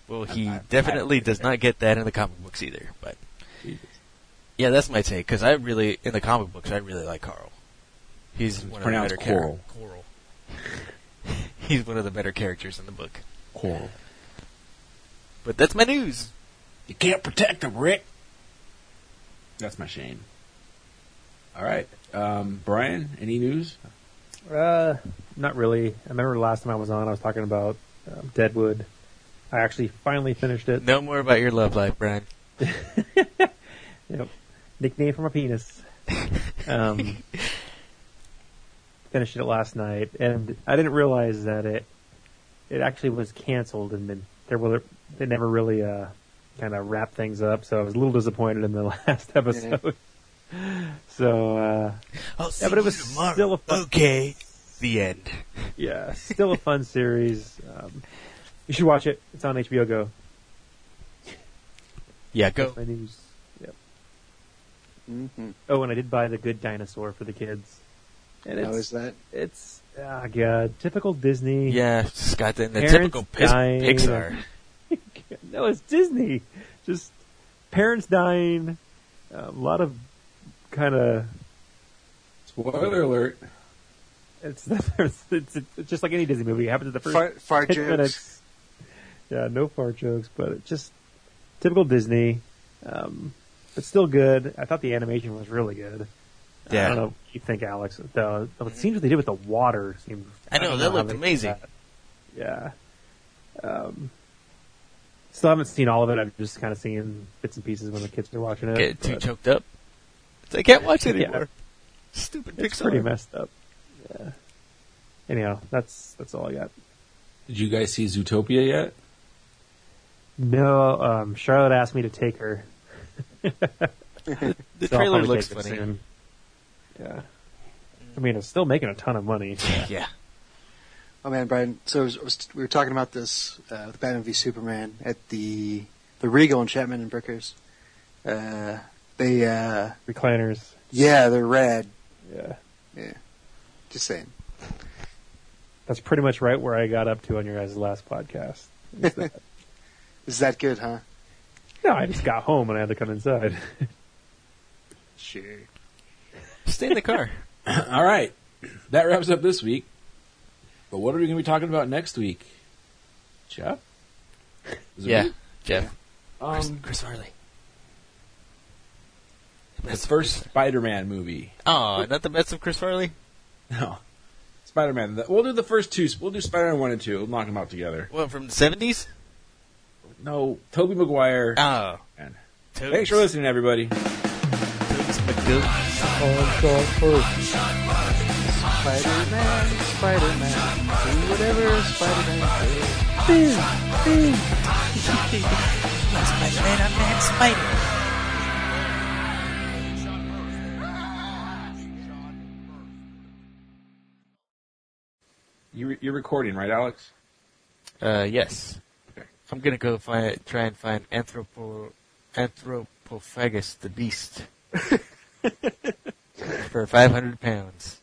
[SPEAKER 6] well, he
[SPEAKER 5] I- I-
[SPEAKER 6] definitely does not get that in the comic books either. But
[SPEAKER 5] Jesus.
[SPEAKER 6] yeah, that's my take because I really in the comic books I really like Carl. He's one of the
[SPEAKER 5] pronounced
[SPEAKER 6] better characters.
[SPEAKER 5] Coral.
[SPEAKER 6] Coral. He's one of the better characters in the book.
[SPEAKER 5] Coral.
[SPEAKER 6] But that's my news.
[SPEAKER 5] You can't protect him, Rick. That's my shame. All right, um, Brian. Any news?
[SPEAKER 7] Uh, not really. I remember last time I was on, I was talking about um, Deadwood. I actually finally finished it.
[SPEAKER 6] No more about your love life, Brian.
[SPEAKER 7] Yep. Nickname for my penis. Um, finished it last night, and I didn't realize that it it actually was canceled, and then there were they never really uh, kind of wrapped things up. So I was a little disappointed in the last episode. So uh,
[SPEAKER 6] I'll see
[SPEAKER 7] Yeah, but it was
[SPEAKER 6] you tomorrow.
[SPEAKER 7] still a fun-
[SPEAKER 6] okay. The end.
[SPEAKER 7] yeah, still a fun series. Um, you should watch it. It's on HBO Go.
[SPEAKER 6] Yeah, go.
[SPEAKER 7] My news. Yep.
[SPEAKER 8] Mm-hmm.
[SPEAKER 7] Oh, and I did buy the Good Dinosaur for the kids. And
[SPEAKER 8] How
[SPEAKER 7] it's
[SPEAKER 8] is that?
[SPEAKER 7] it's ah god typical Disney.
[SPEAKER 6] Yeah, Scott, then the
[SPEAKER 7] Parents
[SPEAKER 6] typical pis-
[SPEAKER 7] dying.
[SPEAKER 6] Pixar.
[SPEAKER 7] no, it's Disney. Just parents dying, a lot of kind of.
[SPEAKER 5] Spoiler alert.
[SPEAKER 7] It's, it's, it's, it's just like any Disney movie. It happens in the first
[SPEAKER 8] Fart, fart
[SPEAKER 7] 10
[SPEAKER 8] jokes.
[SPEAKER 7] minutes. Yeah, no fart jokes, but it's just typical Disney. Um, but still good. I thought the animation was really good. I
[SPEAKER 6] Yeah.
[SPEAKER 7] don't know what you think, Alex. The, the it seems what they did with the water seemed.
[SPEAKER 6] I know,
[SPEAKER 7] don't
[SPEAKER 6] that
[SPEAKER 7] how
[SPEAKER 6] looked
[SPEAKER 7] they did
[SPEAKER 6] amazing.
[SPEAKER 7] that. Yeah. Um, still haven't seen all of it. I've just kind of seen bits and pieces when the kids were watching it.
[SPEAKER 6] Get too
[SPEAKER 7] but
[SPEAKER 6] choked up. It's like, I can't watch it
[SPEAKER 7] Yeah.
[SPEAKER 6] anymore. Stupid
[SPEAKER 7] it's
[SPEAKER 6] Pixar.
[SPEAKER 7] pretty messed up. Yeah. Anyhow, that's that's all I got.
[SPEAKER 5] Did you guys see Zootopia yet?
[SPEAKER 7] No, um, Charlotte asked me to take her.
[SPEAKER 6] The
[SPEAKER 7] so I'll
[SPEAKER 6] trailer
[SPEAKER 7] probably
[SPEAKER 6] looks
[SPEAKER 7] take her
[SPEAKER 6] funny.
[SPEAKER 7] soon. Yeah. I mean, it's still making a ton of money.
[SPEAKER 6] Yeah.
[SPEAKER 8] Oh man, Brian. So it was, it was- we were talking about this uh, with Batman v Superman at the the Regal in Chapman and Brickers. Uh,
[SPEAKER 3] They, uh,
[SPEAKER 7] recliners.
[SPEAKER 3] yeah, they're red.
[SPEAKER 7] Yeah,
[SPEAKER 3] Yeah. Just saying.
[SPEAKER 7] that's pretty much right where I got up to on your guys' last podcast.
[SPEAKER 3] Is that good, huh?
[SPEAKER 7] No, I just got home and I had to come inside.
[SPEAKER 3] Sure.
[SPEAKER 6] Stay in the car.
[SPEAKER 5] All right. That wraps up this week. But what are we going to be talking about next week? Jeff? Is it
[SPEAKER 6] yeah,
[SPEAKER 5] me?
[SPEAKER 6] Jeff. Chris,
[SPEAKER 5] Um,
[SPEAKER 6] Chris Farley.
[SPEAKER 5] the first Spider Man movie.
[SPEAKER 6] Oh, not the best of Chris Farley.
[SPEAKER 5] No. Spider Man. We'll do the first two. We'll do Spider Man 1 and 2. We'll knock them out together.
[SPEAKER 6] What from the seventies?
[SPEAKER 5] No, Toby Maguire.
[SPEAKER 6] Oh,
[SPEAKER 5] Man.
[SPEAKER 6] Toads.
[SPEAKER 5] Thanks for listening, everybody.
[SPEAKER 6] Toads McDo-
[SPEAKER 8] Spider-Man, Spider-Man, do whatever Spider-Man do.
[SPEAKER 5] You re- you're recording, right, Alex?
[SPEAKER 6] Uh, yes. I'm gonna go find, try and find Anthropo, Anthropophagus the beast for 500 pounds.